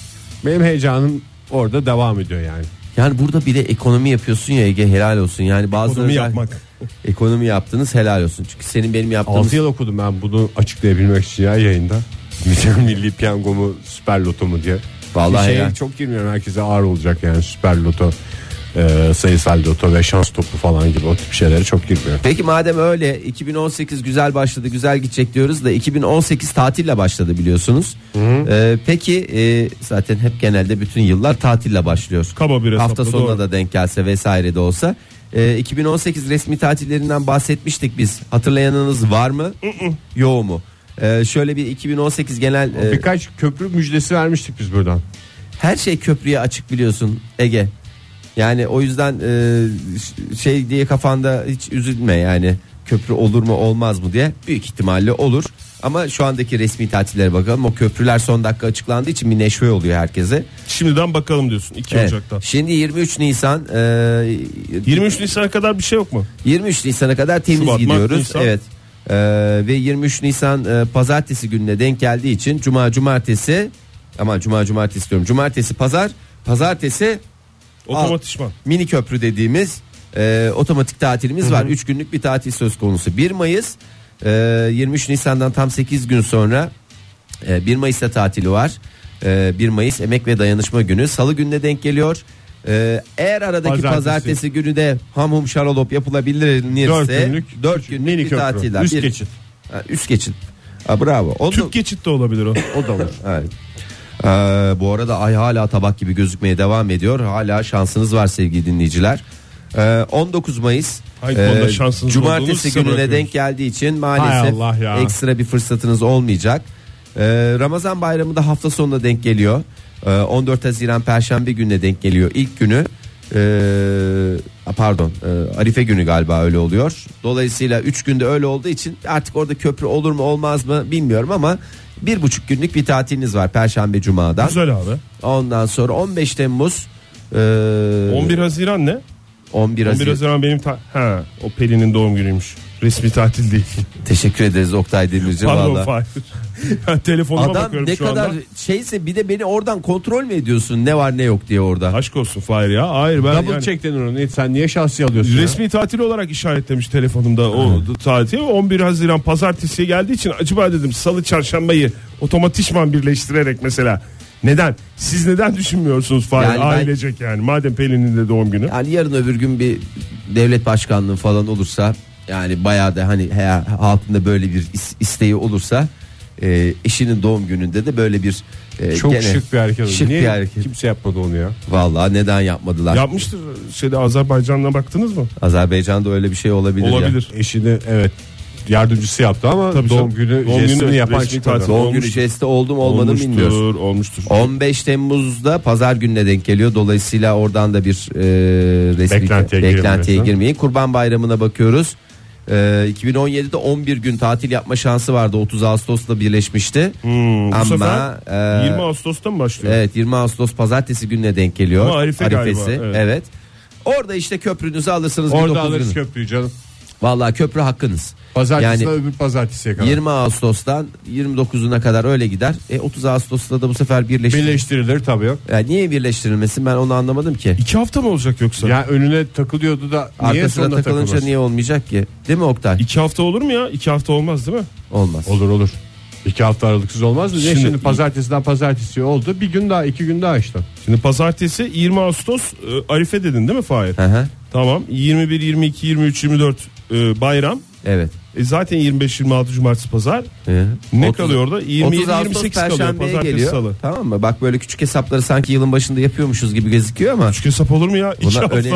Speaker 3: Benim heyecanım orada devam ediyor yani.
Speaker 5: Yani burada bile ekonomi yapıyorsun ya Ege helal olsun. Yani bazı
Speaker 4: Ekonomi yapmak.
Speaker 5: Ekonomi yaptınız helal olsun. Çünkü senin benim
Speaker 3: 6
Speaker 5: yaptığımız
Speaker 3: yıl okudum ben bunu açıklayabilmek için ya yayında. Milli piyango mu süper loto mu diye.
Speaker 5: Vallahi
Speaker 3: Bir şeye
Speaker 5: ya.
Speaker 3: çok girmiyorum herkese ağır olacak yani süper loto e, sayısal loto ve şans topu falan gibi o tip şeylere çok girmiyorum.
Speaker 5: Peki madem öyle 2018 güzel başladı güzel gidecek diyoruz da 2018 tatille başladı biliyorsunuz. Ee, peki e, zaten hep genelde bütün yıllar tatille başlıyor.
Speaker 4: Kaba bir hesapla,
Speaker 5: Hafta sonuna
Speaker 4: doğru.
Speaker 5: da denk gelse vesaire de olsa. Ee, 2018 resmi tatillerinden bahsetmiştik biz. Hatırlayanınız var mı? Yok mu? Ee, şöyle bir 2018 genel e,
Speaker 3: Birkaç köprü müjdesi vermiştik biz buradan.
Speaker 5: her şey köprüye açık biliyorsun Ege. Yani o yüzden e, ş- şey diye kafanda hiç üzülme yani köprü olur mu olmaz mı diye büyük ihtimalle olur. Ama şu andaki resmi tatillere bakalım o köprüler son dakika açıklandığı için bir neşve oluyor herkese.
Speaker 4: Şimdiden bakalım diyorsun 2
Speaker 5: Evet.
Speaker 4: Ocak'ta.
Speaker 5: Şimdi 23 Nisan e,
Speaker 4: 23 Nisan'a kadar bir şey yok mu?
Speaker 5: 23 Nisan'a kadar temiz
Speaker 4: Şubat, Mart,
Speaker 5: gidiyoruz.
Speaker 4: Nisan.
Speaker 5: Evet. E, ve 23 Nisan e, pazartesi gününe denk geldiği için cuma cumartesi aman cuma cumartesi diyorum. Cumartesi pazar, pazartesi
Speaker 4: Otomatikman.
Speaker 5: mini köprü dediğimiz e, otomatik tatilimiz var. 3 günlük bir tatil söz konusu. 1 Mayıs e, 23 Nisan'dan tam 8 gün sonra e, 1 Mayıs'ta tatili var. E, 1 Mayıs Emek ve Dayanışma Günü. Salı gününe denk geliyor. E, eğer aradaki pazartesi.
Speaker 4: Pazartesi.
Speaker 5: günü de ham hum şaralop yapılabilirse 4
Speaker 3: Dört
Speaker 5: günlük,
Speaker 3: günlük, mini
Speaker 5: bir
Speaker 3: köprü,
Speaker 5: tatil. var.
Speaker 3: üst
Speaker 5: Bir-
Speaker 3: geçit.
Speaker 5: Ha, üst geçit. Ha, bravo. Onu,
Speaker 4: Tüp geçit de olabilir o.
Speaker 3: O da olur.
Speaker 5: Evet. Ee, bu arada ay hala tabak gibi gözükmeye devam ediyor. Hala şansınız var sevgili dinleyiciler. Ee, 19 Mayıs ee,
Speaker 4: Ay, konuda şansınız olduğunu
Speaker 5: Cumartesi
Speaker 4: size
Speaker 5: gününe
Speaker 4: bırakıyoruz.
Speaker 5: denk geldiği için maalesef
Speaker 4: Hay Allah ya.
Speaker 5: ekstra bir fırsatınız olmayacak. Ee, Ramazan bayramı da hafta sonuna denk geliyor. Ee, 14 Haziran Perşembe gününe denk geliyor ilk günü. Ee, pardon e, Arife günü galiba öyle oluyor. Dolayısıyla 3 günde öyle olduğu için artık orada köprü olur mu olmaz mı bilmiyorum ama bir buçuk günlük bir tatiliniz var Perşembe Cuma'dan.
Speaker 4: Güzel abi.
Speaker 5: Ondan sonra 15 Temmuz e,
Speaker 4: 11 Haziran ne?
Speaker 5: 11
Speaker 4: 11
Speaker 5: Haziran.
Speaker 4: Haziran benim ta- ha o Pelin'in doğum günüymüş. Resmi tatil değil.
Speaker 5: Teşekkür ederiz Oktay Demirci
Speaker 4: Pardon
Speaker 5: valla.
Speaker 4: Fahir. Ya, Telefonuma
Speaker 5: Adam
Speaker 4: bakıyorum
Speaker 5: ne
Speaker 4: şu
Speaker 5: kadar
Speaker 4: anda.
Speaker 5: şeyse bir de beni oradan kontrol mü ediyorsun ne var ne yok diye orada.
Speaker 4: Aşk olsun Fahir ya. Hayır ben
Speaker 3: Double
Speaker 4: yani-
Speaker 3: check denir ona. Sen niye şahsi alıyorsun? ya?
Speaker 4: Resmi tatil olarak işaretlemiş telefonumda o tatil 11 Haziran pazartesiye geldiği için acaba dedim salı çarşambayı otomatikman birleştirerek mesela neden siz neden düşünmüyorsunuz Fahir
Speaker 5: Yani ben-
Speaker 4: ailecek yani madem Pelin'in de doğum günü
Speaker 5: Yani yarın öbür gün bir devlet başkanlığı falan olursa yani bayağı da hani he- halkında böyle bir is- isteği olursa e, eşinin doğum gününde de böyle bir e,
Speaker 3: Çok
Speaker 5: gene
Speaker 3: şık bir hareket oldu.
Speaker 5: Şık
Speaker 3: Niye
Speaker 5: bir hareket.
Speaker 3: kimse yapmadı onu ya?
Speaker 5: Vallahi neden yapmadılar?
Speaker 4: yapmıştır şeyde Azerbaycan'la baktınız mı
Speaker 5: Azerbaycan'da öyle bir şey olabilir. ya.
Speaker 4: olabilir
Speaker 3: Eşini evet yardımcısı yaptı ama
Speaker 4: Tabii
Speaker 3: doğum
Speaker 4: canım.
Speaker 3: günü
Speaker 4: Doğum günü
Speaker 3: jestini
Speaker 4: de
Speaker 3: yapan
Speaker 4: resmi
Speaker 3: çıkmadı.
Speaker 4: tatil.
Speaker 5: Doğum
Speaker 4: Olmuş-
Speaker 5: günü jesti oldu mu olmadı mı
Speaker 4: olmuştur
Speaker 5: bilmiyoruz.
Speaker 4: olmuştur
Speaker 5: 15 Temmuz'da pazar gününe denk geliyor. Dolayısıyla oradan da bir e, resmi
Speaker 4: Beklentiye
Speaker 5: beklentiye
Speaker 4: girilmiyor.
Speaker 5: girmeyin. Kurban Bayramı'na bakıyoruz. E, 2017'de 11 gün tatil yapma şansı vardı. 30 Ağustos'la birleşmişti.
Speaker 4: Hmm, bu
Speaker 5: Ama
Speaker 4: sefer
Speaker 5: e,
Speaker 4: 20 Ağustos'ta mı başlıyor
Speaker 5: Evet 20 Ağustos pazartesi gününe denk geliyor.
Speaker 4: Ama Arife galiba,
Speaker 5: Evet.
Speaker 4: evet.
Speaker 5: Orada işte köprünüzü alırsınız.
Speaker 3: Orada
Speaker 5: 19
Speaker 3: alırız
Speaker 5: günü.
Speaker 3: köprüyü canım.
Speaker 5: Vallahi köprü hakkınız.
Speaker 3: Pazartesi
Speaker 5: Yani-
Speaker 3: öbür pazartesiye kadar.
Speaker 5: 20 Ağustos'tan 29'una kadar öyle gider. E 30 Ağustos'ta da bu sefer birleşti.
Speaker 3: Birleştirilir tabii yok.
Speaker 5: Yani niye birleştirilmesin ben onu anlamadım ki.
Speaker 4: 2 hafta mı olacak yoksa
Speaker 3: Ya önüne takılıyordu da niye
Speaker 5: Arkasına
Speaker 3: sonunda
Speaker 5: takılınca
Speaker 3: takılmasın?
Speaker 5: niye olmayacak ki? Değil mi Oktay?
Speaker 4: 2 hafta olur mu ya 2 hafta olmaz değil mi
Speaker 5: Olmaz.
Speaker 3: Olur olur. İki hafta aralıksız olmaz mı? Niye
Speaker 4: Şimdi-
Speaker 3: şimdi pazartesiden pazartesi oldu. Bir gün daha iki gün daha işte.
Speaker 4: Şimdi pazartesi 20 Ağustos e, Arife dedin değil mi Fahir?
Speaker 5: Hı hı.
Speaker 4: Tamam 21, 22, 23, 24 e, bayram.
Speaker 5: Evet.
Speaker 4: E, zaten 25, 26 cumartesi pazar.
Speaker 5: Hı.
Speaker 4: Ne
Speaker 5: 30
Speaker 4: kalıyor orada? 27, 28 kalıyor
Speaker 5: Perşembe'ye
Speaker 4: pazartesi salı.
Speaker 5: Tamam mı? Bak böyle küçük hesapları sanki yılın başında yapıyormuşuz gibi gözüküyor ama
Speaker 4: Üç gün sap olur mu ya? İki
Speaker 5: bunlar
Speaker 4: hafta.
Speaker 5: önemli.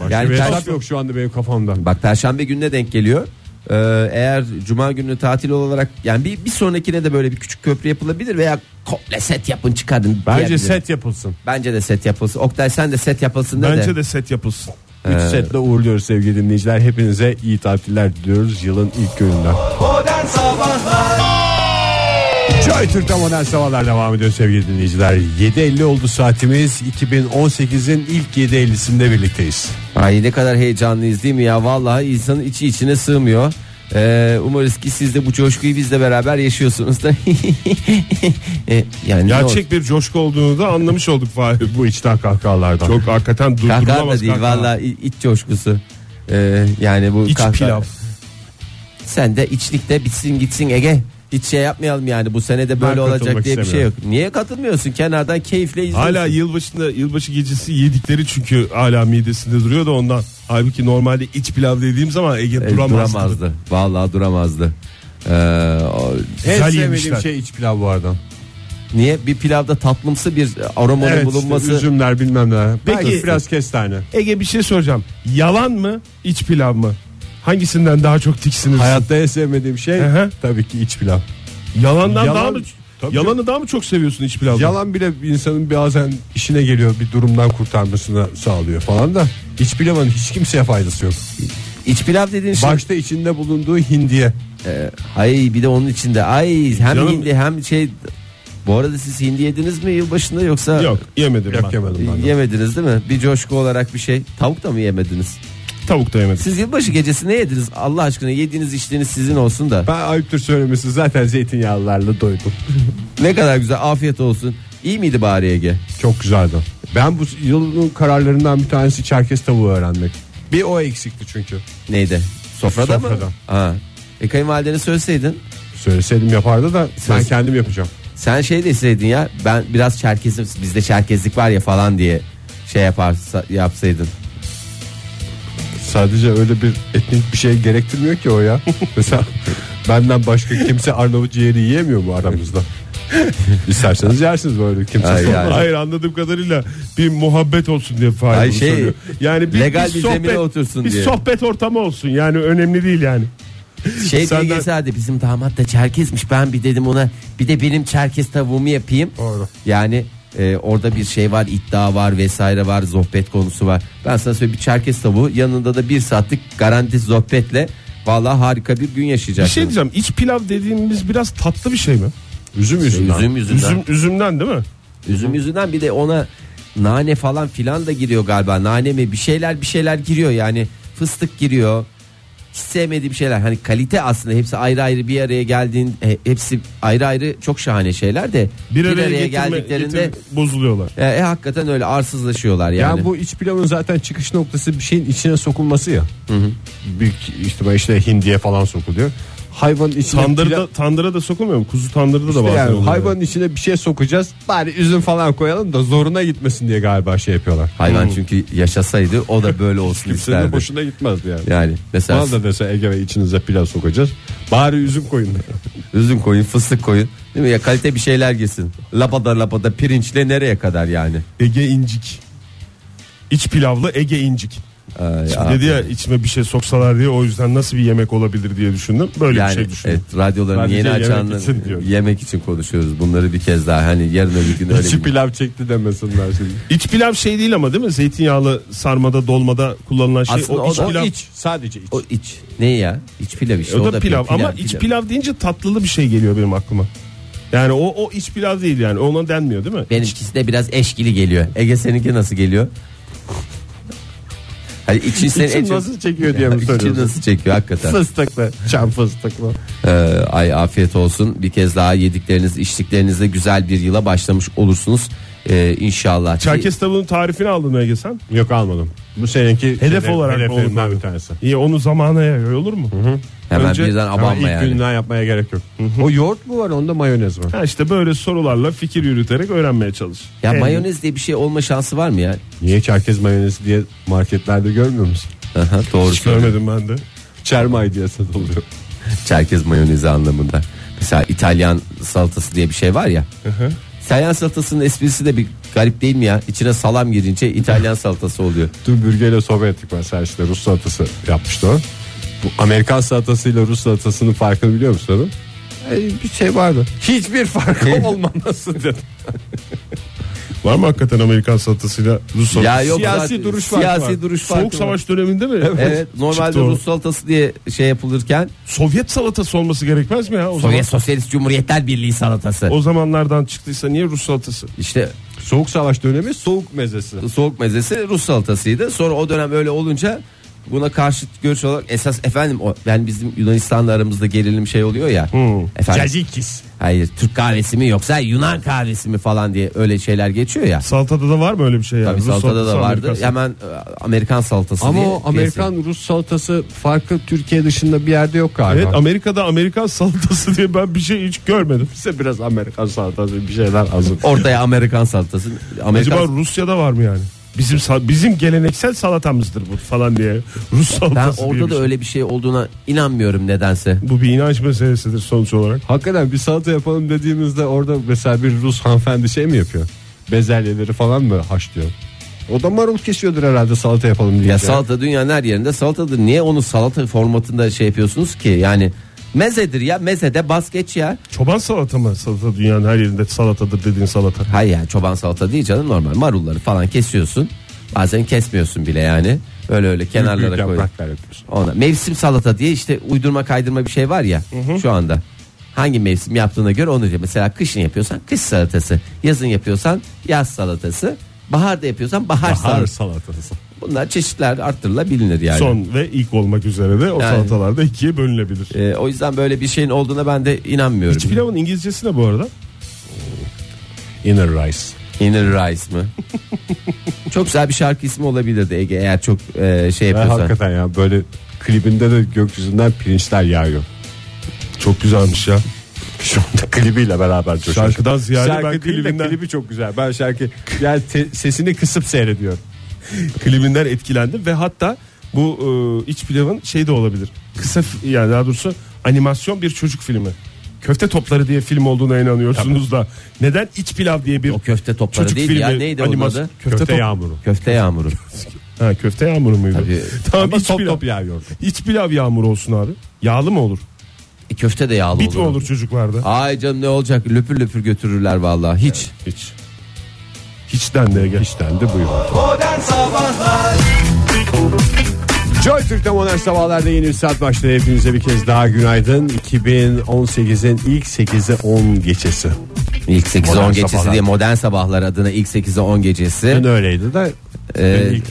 Speaker 3: Yani
Speaker 5: Yani
Speaker 3: bir
Speaker 5: per-
Speaker 3: hesap yok şu anda benim kafamda.
Speaker 5: bak perşembe gününe denk geliyor. Ee, eğer cuma günü tatil olarak yani bir, bir sonrakine de böyle bir küçük köprü yapılabilir veya komple set yapın çıkarın.
Speaker 3: Bence
Speaker 5: diyebilirim.
Speaker 3: set yapılsın.
Speaker 5: Bence de set yapılsın. Oktay sen de set yapılsın de.
Speaker 4: Bence
Speaker 5: de.
Speaker 4: de set yapılsın.
Speaker 3: Üç
Speaker 4: Ee,
Speaker 3: setle uğurluyoruz sevgili dinleyiciler. Hepinize iyi tatiller diliyoruz yılın ilk gününden. Joy Türk'te modern sabahlar devam ediyor sevgili dinleyiciler. 7.50 oldu saatimiz. 2018'in ilk 7.50'sinde birlikteyiz.
Speaker 5: Ay ne kadar heyecanlıyız değil mi ya? Vallahi insanın içi içine sığmıyor. Ee, umarız ki siz de bu coşkuyu bizle beraber yaşıyorsunuz da. E, yani ne olur.
Speaker 4: Gerçek bir coşku olduğunu da anlamış olduk Fahir.
Speaker 3: Bu içten kahkahalardan.
Speaker 4: Çok hakikaten durdurulamaz.
Speaker 5: kahkaha da değil
Speaker 4: kahkaha.
Speaker 5: vallahi i- iç coşkusu. Ee, yani bu
Speaker 4: İç
Speaker 5: kahkaha-
Speaker 4: pilav.
Speaker 5: Sen de içlikte bitsin gitsin Ege. Hiç şey yapmayalım yani bu sene de böyle
Speaker 3: Ben
Speaker 5: olacak
Speaker 3: katılmak
Speaker 5: diye bir şey yok.
Speaker 3: istemiyorum.
Speaker 5: Niye katılmıyorsun? Kenardan keyifle izliyorsun.
Speaker 4: Hala yılbaşında yılbaşı gecesi yedikleri çünkü hala midesinde duruyor da ondan. Halbuki normalde iç pilav dediğim zaman Ege
Speaker 5: E,
Speaker 4: duramazdı.
Speaker 5: duramazdı. Vallahi duramazdı. Ee, o-
Speaker 3: En
Speaker 4: Güzel
Speaker 3: sevmediğim
Speaker 4: yemişler.
Speaker 3: şey iç pilav bu arada.
Speaker 5: niye bir pilavda tatlımsı bir aromanın
Speaker 3: Evet işte
Speaker 5: bulunması?
Speaker 3: üzümler bilmem ne.
Speaker 4: Peki-
Speaker 3: Belki biraz kestane.
Speaker 4: Ege bir şey soracağım. Yalan mı, iç pilav mı? Hangisinden daha çok tiksinirsin?
Speaker 3: Hayatta en sevmediğim şey
Speaker 4: Hı hı.
Speaker 3: tabii ki iç pilav.
Speaker 4: Yalandan
Speaker 3: Yalan-
Speaker 4: daha mı
Speaker 3: Tabii
Speaker 4: Yalanı daha mı çok seviyorsun iç pilavdan?
Speaker 3: Yalan bile insanın bazen işine geliyor bir durumdan kurtarmasına sağlıyor falan da hiç bilemem hiç kimseye faydası yok.
Speaker 5: İç pilav dediğin şey.
Speaker 3: Başta içinde bulunduğu hindiye.
Speaker 5: Ee, ay bir de onun içinde ay hem
Speaker 4: Canım-
Speaker 5: hindi hem şey bu arada siz hindi yediniz mi yılbaşında yoksa
Speaker 4: Yok yemedim
Speaker 3: Yok
Speaker 4: ben.
Speaker 3: yemedim ben de.
Speaker 5: yemediniz değil mi bir coşku olarak bir şey tavuk da mı yemediniz
Speaker 4: Tavuk da yemedim.
Speaker 5: siz yılbaşı gecesi ne yediniz Allah aşkına yediğiniz içtiğiniz sizin olsun da
Speaker 3: Ben ayıptır söylemesi zaten zeytinyağlılarla doydum.
Speaker 5: ne kadar güzel afiyet olsun iyi miydi bari Ege
Speaker 3: Çok güzeldi. Ben bu yılın kararlarından bir tanesi Çerkes tavuğu öğrenmek. Bir o eksikti çünkü.
Speaker 5: neydi sofrada,
Speaker 3: Sofrada.
Speaker 5: mı ha. E kayınvalidene söyleseydin
Speaker 3: Söyleseydim yapardı da ben
Speaker 5: Söz-
Speaker 3: kendim yapacağım.
Speaker 5: sen şey deseydin ya ben biraz çerkezim bizde çerkezlik var ya falan diye şey yaparsa yapsaydın
Speaker 3: Sadece öyle bir etnik bir şey gerektirmiyor ki o ya. Mesela benden başka kimse Arnavut ciğeri yiyemiyor mu aramızda? İsterseniz yersiniz böyle kimse
Speaker 5: Ay,
Speaker 3: sormaz.
Speaker 5: yani.
Speaker 4: Hayır anladığım kadarıyla bir muhabbet olsun diye Fahir
Speaker 5: Ay
Speaker 4: bunu
Speaker 5: şey,
Speaker 4: soruyor. Yani bir,
Speaker 5: legal bir zemine otursun
Speaker 4: bir
Speaker 5: diye.
Speaker 4: sohbet ortamı olsun yani önemli değil yani.
Speaker 5: Şey diye
Speaker 4: Senden-
Speaker 5: gelse hadi bizim damat da Çerkezmiş ben bir dedim ona bir de benim Çerkez tavuğumu yapayım.
Speaker 3: Doğru.
Speaker 5: Yani e, orada bir şey var iddia var vesaire var sohbet konusu var. Ben sana söyleyeyim bir Çerkez tavuğu yanında da bir saatlik garanti sohbetle valla harika bir gün
Speaker 4: Bir
Speaker 5: yaşayacaksın.
Speaker 4: şey diyeceğim iç pilav dediğimiz biraz tatlı bir şey mi?
Speaker 3: Üzüm yüzünden.
Speaker 5: Üzüm yüzünden.
Speaker 4: Üzüm,
Speaker 5: Üzüm.
Speaker 4: üzümden değil mi?
Speaker 5: yüzünden bir de ona nane falan filan da giriyor galiba. Nane mi bir şeyler bir şeyler giriyor yani fıstık giriyor. Hiç sevmediğim şeyler hani kalite aslında hepsi ayrı ayrı bir araya geldiğin e, hepsi ayrı ayrı çok şahane şeyler de bir, araya,
Speaker 4: getirme-
Speaker 5: geldiklerinde
Speaker 4: getirme- bozuluyorlar.
Speaker 5: e, e, hakikaten öyle arsızlaşıyorlar yani.
Speaker 3: Yani bu iç pilavın zaten çıkış noktası bir şeyin içine sokulması ya. Büyük ihtimal işte hindiye falan sokuluyor. Hayvanın içine
Speaker 4: Tandırda,
Speaker 3: pilav-
Speaker 4: tandıra da sokulmuyor mu? Kuzu tandırda da
Speaker 3: İşte
Speaker 4: bazen
Speaker 3: yani
Speaker 4: oluyor.
Speaker 3: hayvanın içine bir şey sokacağız. Bari üzüm falan koyalım da zoruna gitmesin diye galiba şey yapıyorlar.
Speaker 5: Hayvan çünkü yaşasaydı o da böyle olsun
Speaker 3: Kimsenin de
Speaker 5: isterdi.
Speaker 3: boşuna gitmezdi yani.
Speaker 5: Yani mesela
Speaker 3: Bana da dese Ege Bey içinize pilav sokacağız. Bari üzüm koyun.
Speaker 5: üzüm koyun, fıstık koyun. Değil mi? Ya kalite bir şeyler girsin. Labada labada pirinçle nereye kadar yani?
Speaker 4: Ege incik. İç pilavlı Ege incik.
Speaker 5: Ay,
Speaker 4: Şimdi
Speaker 5: ah.
Speaker 4: dedi ya içime bir şey soksalar diye o yüzden nasıl bir yemek olabilir diye düşündüm. Böyle
Speaker 5: yani
Speaker 4: bir şey düşündüm.
Speaker 5: evet, radyoların
Speaker 4: Radyoda
Speaker 5: yeni
Speaker 4: yemek
Speaker 5: açanları
Speaker 4: için diyorum.
Speaker 5: yemek için konuşuyoruz. Bunları bir kez daha hani yarın öbür gün öyle
Speaker 3: İçi
Speaker 5: bir...
Speaker 3: pilav çekti demesinler şimdi.
Speaker 4: İç pilav şey değil ama değil mi? Zeytinyağlı sarmada dolmada kullanılan şey
Speaker 5: Aslında
Speaker 4: o iç
Speaker 5: o da
Speaker 4: pilav.
Speaker 3: İç sadece iç.
Speaker 5: O iç. Ne ya? İç pilav işte.
Speaker 4: E, O da, pilav, ama iç pilav deyince tatlılı bir şey geliyor benim aklıma. Yani o o iç pilav değil yani. Ona denmiyor değil mi?
Speaker 5: Benimkisi de biraz eşkili geliyor. Ege seninki nasıl geliyor? Hani için seni en
Speaker 3: İçin
Speaker 5: çok-
Speaker 3: nasıl çekiyor diye mi
Speaker 5: İçin
Speaker 3: soruyorsun?
Speaker 5: nasıl çekiyor hakikaten?
Speaker 3: Fıstıklı. Çam fıstıklı.
Speaker 5: Ee, ay afiyet olsun. Bir kez daha yedikleriniz, içtiklerinizle güzel bir yıla başlamış olursunuz. Ee, inşallah.
Speaker 4: Çerkes tavuğunun tarifini aldın mı Ege sen?
Speaker 3: Yok almadım. Bu seninki
Speaker 4: Hedef olarak mı
Speaker 3: hedeflerimden
Speaker 4: oldu?
Speaker 3: bir tanesi.
Speaker 4: İyi onu zamana yayıyor olur mu?
Speaker 5: Hemen
Speaker 4: önce-
Speaker 5: birden
Speaker 3: Ama
Speaker 5: abanma
Speaker 3: ilk
Speaker 5: yani.
Speaker 3: günden yapmaya gerek yok. O yoğurt mu var onda mayonez mi?
Speaker 4: Ha işte böyle sorularla fikir yürüterek öğrenmeye çalış.
Speaker 5: Ya
Speaker 4: En-
Speaker 5: mayonez diye bir şey olma şansı var mı ya?
Speaker 3: Niye Çerkez mayonezi diye marketlerde görmüyor musun?
Speaker 5: Aha, Doğru
Speaker 4: Hiç
Speaker 5: söylüyorsun.
Speaker 4: görmedim ben de.
Speaker 3: Çermay diye satılıyor.
Speaker 5: Çerkez mayonezi anlamında. Mesela İtalyan salatası diye bir şey var ya. İtalyan salatasının esprisi de bir garip değil mi ya? İçine salam girince İtalyan salatası oluyor.
Speaker 3: Dün bürgeyle sohbet ettik mesela işte Rus salatası yapmıştı o. Bu Amerikan salatasıyla Rus salatasının farkını biliyor musun oğlum? E, bir şey vardı. Hiçbir farkı olmaması dedim.
Speaker 4: Var mı hakikaten Amerikan salatasıyla Rus salatası?
Speaker 5: Ya yok
Speaker 3: Siyasi
Speaker 5: zaten-
Speaker 3: duruş farkı
Speaker 5: siyasi
Speaker 3: var.
Speaker 5: duruş farkı
Speaker 4: Soğuk
Speaker 5: var.
Speaker 4: savaş döneminde mi?
Speaker 5: Evet, normalde
Speaker 4: Çıktı o.
Speaker 5: Rus salatası diye şey yapılırken
Speaker 4: Sovyet salatası olması gerekmez mi ya? O, zaman,
Speaker 5: Sovyet Sosyalist Cumhuriyetler Birliği salatası.
Speaker 4: o zamanlardan çıktıysa niye Rus salatası?
Speaker 5: İşte
Speaker 3: Soğuk savaş dönemi soğuk mezesi.
Speaker 5: soğuk mezesi Rus salatasıydı. Sonra o dönem öyle olunca buna karşı görüş olarak esas efendim o ben bizim Yunanistan'la aramızda gerilim şey oluyor ya.
Speaker 4: Hmm.
Speaker 5: Efendim,
Speaker 3: Cacikis.
Speaker 5: hayır Türk kahvesi mi yoksa Yunan kahvesi mi falan diye öyle şeyler geçiyor ya.
Speaker 4: Salatada da var mı öyle bir şey yani?
Speaker 5: Tabii
Speaker 4: Rus
Speaker 5: salatada da
Speaker 4: salatası,
Speaker 5: vardı.
Speaker 4: Amerikan
Speaker 5: Hemen e, Amerikan salatası
Speaker 3: Ama
Speaker 5: diye
Speaker 3: o Amerikan Rus salatası farkı Türkiye dışında bir yerde yok galiba.
Speaker 4: Evet Amerika'da Amerikan salatası diye ben bir şey hiç görmedim.
Speaker 3: Bize biraz Amerikan salatası bir şeyler hazır.
Speaker 5: Ortaya Amerikan salatası. Amerikan
Speaker 4: Acaba Rusya'da var mı yani? Bizim sa- bizim geleneksel salatamızdır bu falan diye. Rus
Speaker 5: ben
Speaker 4: salatası diye
Speaker 5: orada
Speaker 4: bir
Speaker 5: da
Speaker 4: şey.
Speaker 5: öyle bir şey olduğuna inanmıyorum nedense.
Speaker 4: Bu bir inanç meselesidir sonuç olarak.
Speaker 3: Hakikaten bir salata yapalım dediğimizde orada mesela bir Rus hanımefendi şey mi yapıyor? Bezelyeleri falan mı haşlıyor? O da marul kesiyordur herhalde salata yapalım diye.
Speaker 4: Şey-
Speaker 5: Ya salata dünyanın her yerinde salatadır. Niye onu salata formatında şey yapıyorsunuz ki? Yani mezedir ya mezede baskeç ya.
Speaker 4: Çoban salata mı? Salata dünyanın her yerinde salatadır dediğin salata.
Speaker 5: Hayır yani çoban salata değil canım normal marulları falan kesiyorsun. Bazen kesmiyorsun bile yani. Öyle öyle kenarlara koyuyorsun.
Speaker 3: yapraklar yapıyorsun.
Speaker 5: Ona mevsim salata diye işte uydurma kaydırma bir şey var ya şu anda. Hangi mevsim yaptığına göre onu diyor. Mesela kışın yapıyorsan kış salatası, yazın yapıyorsan yaz salatası, baharda yapıyorsan bahar,
Speaker 3: Bahar
Speaker 5: salatası.
Speaker 3: salatası.
Speaker 5: Bunlar çeşitler arttırılabilir yani.
Speaker 4: Son ve ilk olmak üzere de o
Speaker 5: Yani.
Speaker 4: salatalar da ikiye bölünebilir.
Speaker 5: Ee, o yüzden böyle bir şeyin olduğuna ben de inanmıyorum.
Speaker 4: İç pilavın İngilizcesi ne bu arada?
Speaker 3: Inner rice.
Speaker 5: Inner Rice mı? çok güzel bir şarkı ismi olabilirdi Ege eğer çok e, şey
Speaker 3: Ve
Speaker 5: yapıyorsan.
Speaker 3: hakikaten ya böyle klibinde de gökyüzünden pirinçler yağıyor.
Speaker 4: Çok güzelmiş ya.
Speaker 3: Şu anda klibiyle beraber coşuyor.
Speaker 4: Şarkıdan ziyade
Speaker 3: Şarkı
Speaker 4: ben
Speaker 3: değil de
Speaker 4: klibinden-
Speaker 3: klibi çok güzel. Ben şarkı yani te- sesini kısıp seyrediyorum.
Speaker 4: Klibinden etkilendim ve hatta bu e, iç pilavın şey de olabilir. Kısa f- yani daha doğrusu animasyon bir çocuk filmi. köfte topları diye film olduğuna inanıyorsunuz da neden iç pilav diye bir
Speaker 5: O köfte topları
Speaker 4: çocuk
Speaker 5: değil
Speaker 4: filmi
Speaker 5: ya neydi onun
Speaker 4: animas-
Speaker 5: adı?
Speaker 4: köfte,
Speaker 3: Köfte
Speaker 4: top-
Speaker 3: yağmuru.
Speaker 5: Köfte yağmuru.
Speaker 4: Ha köfte yağmuru muydu?
Speaker 5: Tabii.
Speaker 4: Tamam
Speaker 3: Ama
Speaker 4: iç
Speaker 3: top
Speaker 4: pilav.
Speaker 3: top yağıyor.
Speaker 4: İç pilav yağmuru olsun abi. Yağlı mı olur?
Speaker 5: E, köfte de yağlı
Speaker 4: Bit mi
Speaker 5: olur.
Speaker 4: olur çocuklarda?
Speaker 5: Ay canım ne olacak löpür löpür götürürler vallahi hiç.
Speaker 4: Hiç. Hiç dendi Ege. Hiç dendi buyur.
Speaker 3: Joy Türk'te modern sabahlarda yeni bir saat başladı. Hepinize bir kez daha günaydın. 2018'in ilk 8'e 10 geçesi.
Speaker 5: İlk 8'e
Speaker 3: Modern
Speaker 5: 10 gecesi
Speaker 3: sabahlar.
Speaker 5: diye modern sabahlar adına ilk 8'e 10 gecesi.
Speaker 3: Ben öyleydi de
Speaker 5: Ee,
Speaker 3: ilk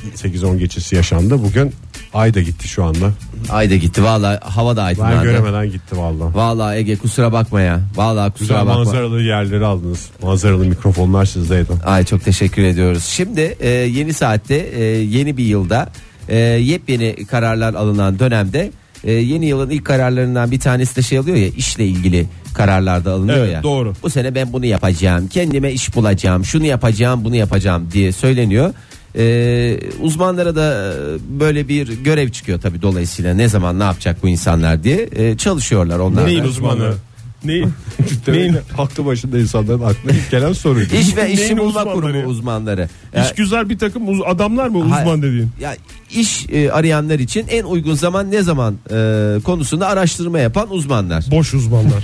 Speaker 3: 8-10 geçesi yaşandı. Bugün ay da gitti şu anda.
Speaker 5: Ay da gitti vallahi hava da
Speaker 3: Ben
Speaker 5: aydınlandı.
Speaker 3: göremeden gitti vallahi.
Speaker 5: Vallahi Ege kusura bakma ya. Vallahi kusura
Speaker 3: Güzel
Speaker 5: bakma.
Speaker 3: manzaralı yerleri aldınız. Manzaralı mikrofonlar sizdeydi.
Speaker 5: Ay çok teşekkür ediyoruz. Şimdi e, yeni saatte e, yeni bir yılda e, yepyeni kararlar alınan dönemde e, yeni yılın ilk kararlarından bir tanesi de şey alıyor ya işle ilgili kararlarda alınıyor
Speaker 4: Evet,
Speaker 5: ya.
Speaker 4: doğru.
Speaker 5: Bu sene ben bunu yapacağım. Kendime iş bulacağım. Şunu yapacağım, bunu yapacağım diye söyleniyor. E, uzmanlara da e, böyle bir görev çıkıyor tabii dolayısıyla ne zaman ne yapacak bu insanlar diye e, çalışıyorlar onlar.
Speaker 4: Neyin
Speaker 5: da.
Speaker 4: uzmanı? Neyin?
Speaker 3: Neyin?
Speaker 4: Neyin?
Speaker 3: Aklı başında insanların aklına ilk gelen soruydu.
Speaker 5: İş ve
Speaker 4: Neyin
Speaker 5: işi bulma
Speaker 4: uzmanları
Speaker 5: kurumu
Speaker 4: ya?
Speaker 5: uzmanları.
Speaker 4: İş güzel bir takım uz- adamlar mı uzman
Speaker 5: Hayır.
Speaker 4: dediğin?
Speaker 5: Ya iş e, arayanlar için en uygun zaman ne zaman e, konusunda araştırma yapan uzmanlar.
Speaker 4: Boş uzmanlar.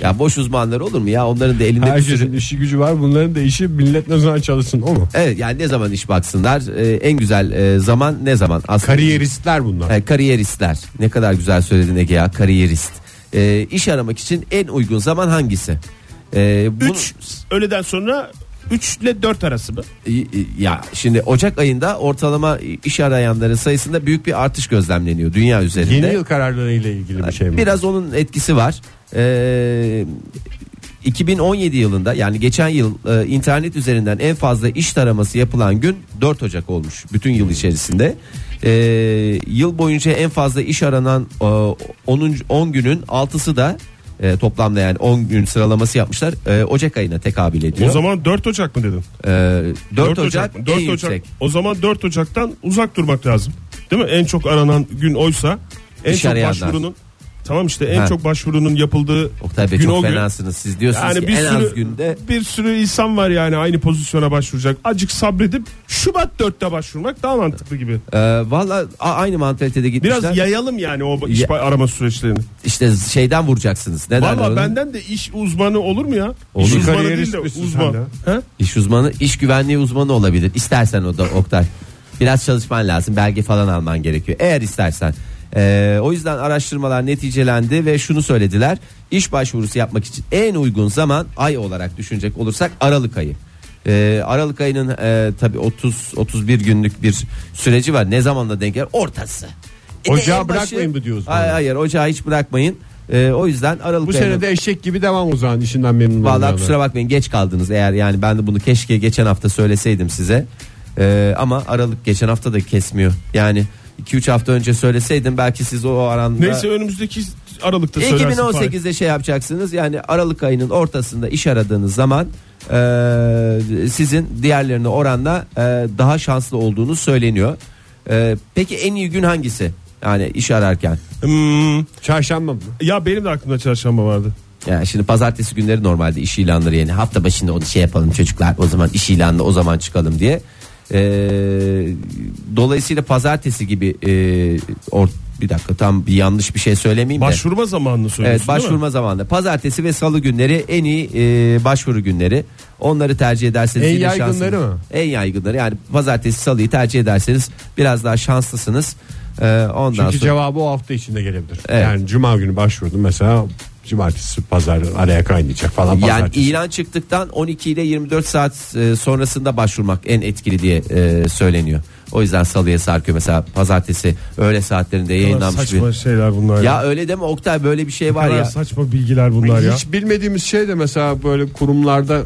Speaker 5: Ya boş uzmanlar olur mu ya? Onların da elinde bir sürü-
Speaker 3: Herkesin işi gücü var. Bunların da işi millet ne zaman çalışsın o mu?
Speaker 5: Evet yani ne zaman iş baksınlar? E, en güzel e, zaman ne zaman? Aslında
Speaker 3: Kariyeristler bunlar.
Speaker 5: E, kariyeristler. Ne kadar güzel söyledin Ege ya kariyerist. E, iş aramak için en uygun zaman hangisi? E, bunu-
Speaker 4: 3 öğleden sonra 3 ile 4 arası mı?
Speaker 5: E, e, ya şimdi Ocak ayında ortalama iş arayanların sayısında büyük bir artış gözlemleniyor dünya üzerinde.
Speaker 3: Yeni yıl kararları ile ilgili bir şey mi?
Speaker 5: Biraz onun etkisi var. Ee, 2017 yılında yani geçen yıl e, internet üzerinden en fazla iş taraması yapılan gün 4 Ocak olmuş bütün yıl içerisinde. Ee, yıl boyunca en fazla iş aranan e, 10. 10 günün 6'sı da e, toplamda yani 10 gün sıralaması yapmışlar. E, Ocak ayına tekabül ediyor.
Speaker 4: O zaman 4 Ocak mı dedin?
Speaker 5: E, 4, Ocak,
Speaker 4: mı?
Speaker 5: en
Speaker 4: 4 Ocak.
Speaker 5: yüksek.
Speaker 4: O zaman 4 Ocak'tan uzak durmak lazım. Değil mi? En çok aranan gün oysa en
Speaker 5: İş
Speaker 4: çok
Speaker 5: arayanlar.
Speaker 4: başvurunun Tamam işte en
Speaker 5: Ha.
Speaker 4: çok başvurunun yapıldığı
Speaker 5: Oktay Bey
Speaker 4: gün
Speaker 5: çok
Speaker 4: o gün.
Speaker 5: fenasınız siz diyorsunuz
Speaker 4: Yani
Speaker 5: ki
Speaker 4: bir
Speaker 5: en az
Speaker 4: sürü
Speaker 5: günde
Speaker 4: bir sürü insan var yani aynı pozisyona başvuracak. Acık sabredip Şubat 4'te başvurmak daha mantıklı gibi.
Speaker 5: e, valla a- aynı mantalitede gitmişler.
Speaker 4: Biraz yayalım yani o iş
Speaker 5: Ya-
Speaker 4: arama süreçlerini.
Speaker 5: İşte şeyden vuracaksınız. Neden?
Speaker 4: Valla benden de iş uzmanı olur mu ya?
Speaker 5: Olur.
Speaker 4: İş uzmanı
Speaker 3: Kariyerist
Speaker 4: değil de
Speaker 3: misin
Speaker 4: uzman.
Speaker 3: sen
Speaker 4: Ha?
Speaker 5: İş uzmanı, iş güvenliği uzmanı olabilir. İstersen o da Oktay. Biraz çalışman lazım. Belge falan alman gerekiyor. Eğer istersen. Ee, o yüzden araştırmalar neticelendi ve şunu söylediler. İş başvurusu yapmak için en uygun zaman ay olarak düşünecek olursak Aralık ayı. Ee, Aralık ayının e, tabii 30 31 günlük bir süreci var. Ne zamanla denk gelir? Ortası. E de
Speaker 3: Ocağı
Speaker 5: en başı-
Speaker 3: bırakmayın mı diyoruz bana?
Speaker 5: Hayır, hayır ocağı hiç bırakmayın. Ee, o yüzden Aralık
Speaker 3: Bu
Speaker 5: ayının-
Speaker 3: sene de eşek gibi devam o zaman işinden memnun
Speaker 5: Vallahi
Speaker 3: olmayanlar.
Speaker 5: kusura bakmayın geç kaldınız eğer yani ben de bunu keşke geçen hafta söyleseydim size. Ee, ama Aralık geçen hafta da kesmiyor. Yani 2-3 hafta önce söyleseydim belki siz o aranda
Speaker 4: Neyse önümüzdeki Aralık'ta söylersin. Fahir.
Speaker 5: 2018'de şey yapacaksınız yani Aralık ayının ortasında iş aradığınız zaman e, sizin diğerlerine oranla e, daha şanslı olduğunuz söyleniyor. E, peki en iyi gün hangisi? Yani iş ararken.
Speaker 4: Hmm,
Speaker 3: Çarşamba mı?
Speaker 4: ya benim de aklımda çarşamba vardı.
Speaker 5: Yani şimdi pazartesi günleri normalde iş ilanları yani hafta başında onu şey yapalım çocuklar o zaman iş ilanını o zaman çıkalım diye. Ee, dolayısıyla pazartesi gibi e, or, bir dakika tam bir yanlış bir şey söylemeyeyim de.
Speaker 4: Başvurma zamanını
Speaker 5: Evet
Speaker 4: söylüyorsun değil mi?
Speaker 5: başvurma zamanı. Pazartesi ve salı günleri en iyi e, başvuru günleri. Onları tercih ederseniz
Speaker 3: En
Speaker 5: yine
Speaker 3: yaygınları
Speaker 5: şanslısınız.
Speaker 3: mı?
Speaker 5: En yaygınları. Yani pazartesi salıyı tercih ederseniz biraz daha şanslısınız. Ee, ondan
Speaker 3: Çünkü
Speaker 5: sonra
Speaker 3: cevabı o hafta içinde gelebilir.
Speaker 5: Evet.
Speaker 3: Yani cuma günü başvurdum mesela cumartesi pazar araya kaynayacak falan.
Speaker 5: Yani
Speaker 3: pazartesi.
Speaker 5: ilan çıktıktan 12 ile 24 saat e, sonrasında başvurmak en etkili diye e, söyleniyor. O yüzden salıya sarkıyor mesela pazartesi öğle saatlerinde yayınlanmış
Speaker 4: Saçma
Speaker 5: bir.
Speaker 4: şeyler bunlar.
Speaker 5: Ya öyle deme Oktay böyle bir şey var
Speaker 4: Kadar
Speaker 5: ya.
Speaker 4: saçma bilgiler bunlar ya.
Speaker 3: Hiç bilmediğimiz şey de mesela böyle kurumlarda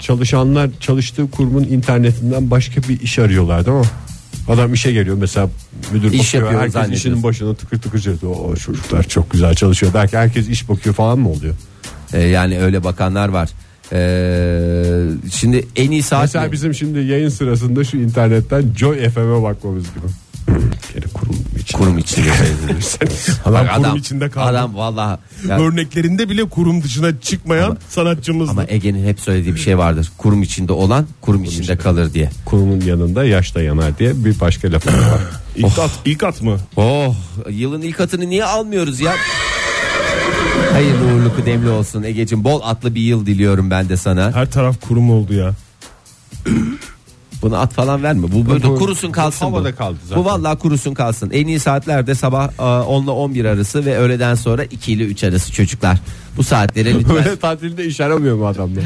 Speaker 3: çalışanlar çalıştığı kurumun internetinden başka bir iş arıyorlar değil mi? Adam işe geliyor mesela müdür
Speaker 5: İş
Speaker 3: bakıyor
Speaker 5: yapıyor
Speaker 3: herkes
Speaker 5: zannediyorsun.
Speaker 3: işinin başına tıkır tıkır çalışıyor. O çocuklar çok güzel çalışıyor. Belki herkes iş bakıyor falan mı oluyor?
Speaker 5: E, yani öyle bakanlar var. E, şimdi en iyi saat
Speaker 3: Mesela
Speaker 5: mi?
Speaker 3: bizim şimdi yayın sırasında şu internetten Joy FM'e bakmamız gibi. Hmm, Gene kurulum için.
Speaker 5: Kurum içinde.
Speaker 4: Adam kurum içinde kaldı.
Speaker 5: Adam valla. ya-
Speaker 4: Örneklerinde bile kurum dışına çıkmayan sanatçımızdı.
Speaker 5: ama Ege'nin hep söylediği bir şey vardır. Kurum içinde olan kurum içinde kalır diye.
Speaker 3: Kurumun yanında yaşta yanar diye bir başka lafı var.
Speaker 4: ilk at, ilk at mı?
Speaker 5: Oh yılın ilk atını niye almıyoruz ya? Hayırlı uğurlu kıdemli olsun Ege'cim bol atlı bir yıl diliyorum ben de sana.
Speaker 4: Her taraf kurum oldu ya.
Speaker 5: Bunu at falan verme. Bu böyle kurusun kalsın.
Speaker 3: havada
Speaker 5: bu.
Speaker 3: kaldı zaten.
Speaker 5: Bu vallahi kurusun kalsın. En iyi saatlerde sabah e, 10 ile 11 arası ve öğleden sonra 2 ile 3 arası çocuklar. Bu saatlere lütfen. öyle,
Speaker 3: Böyle tatilde iş aramıyor bu adamlar.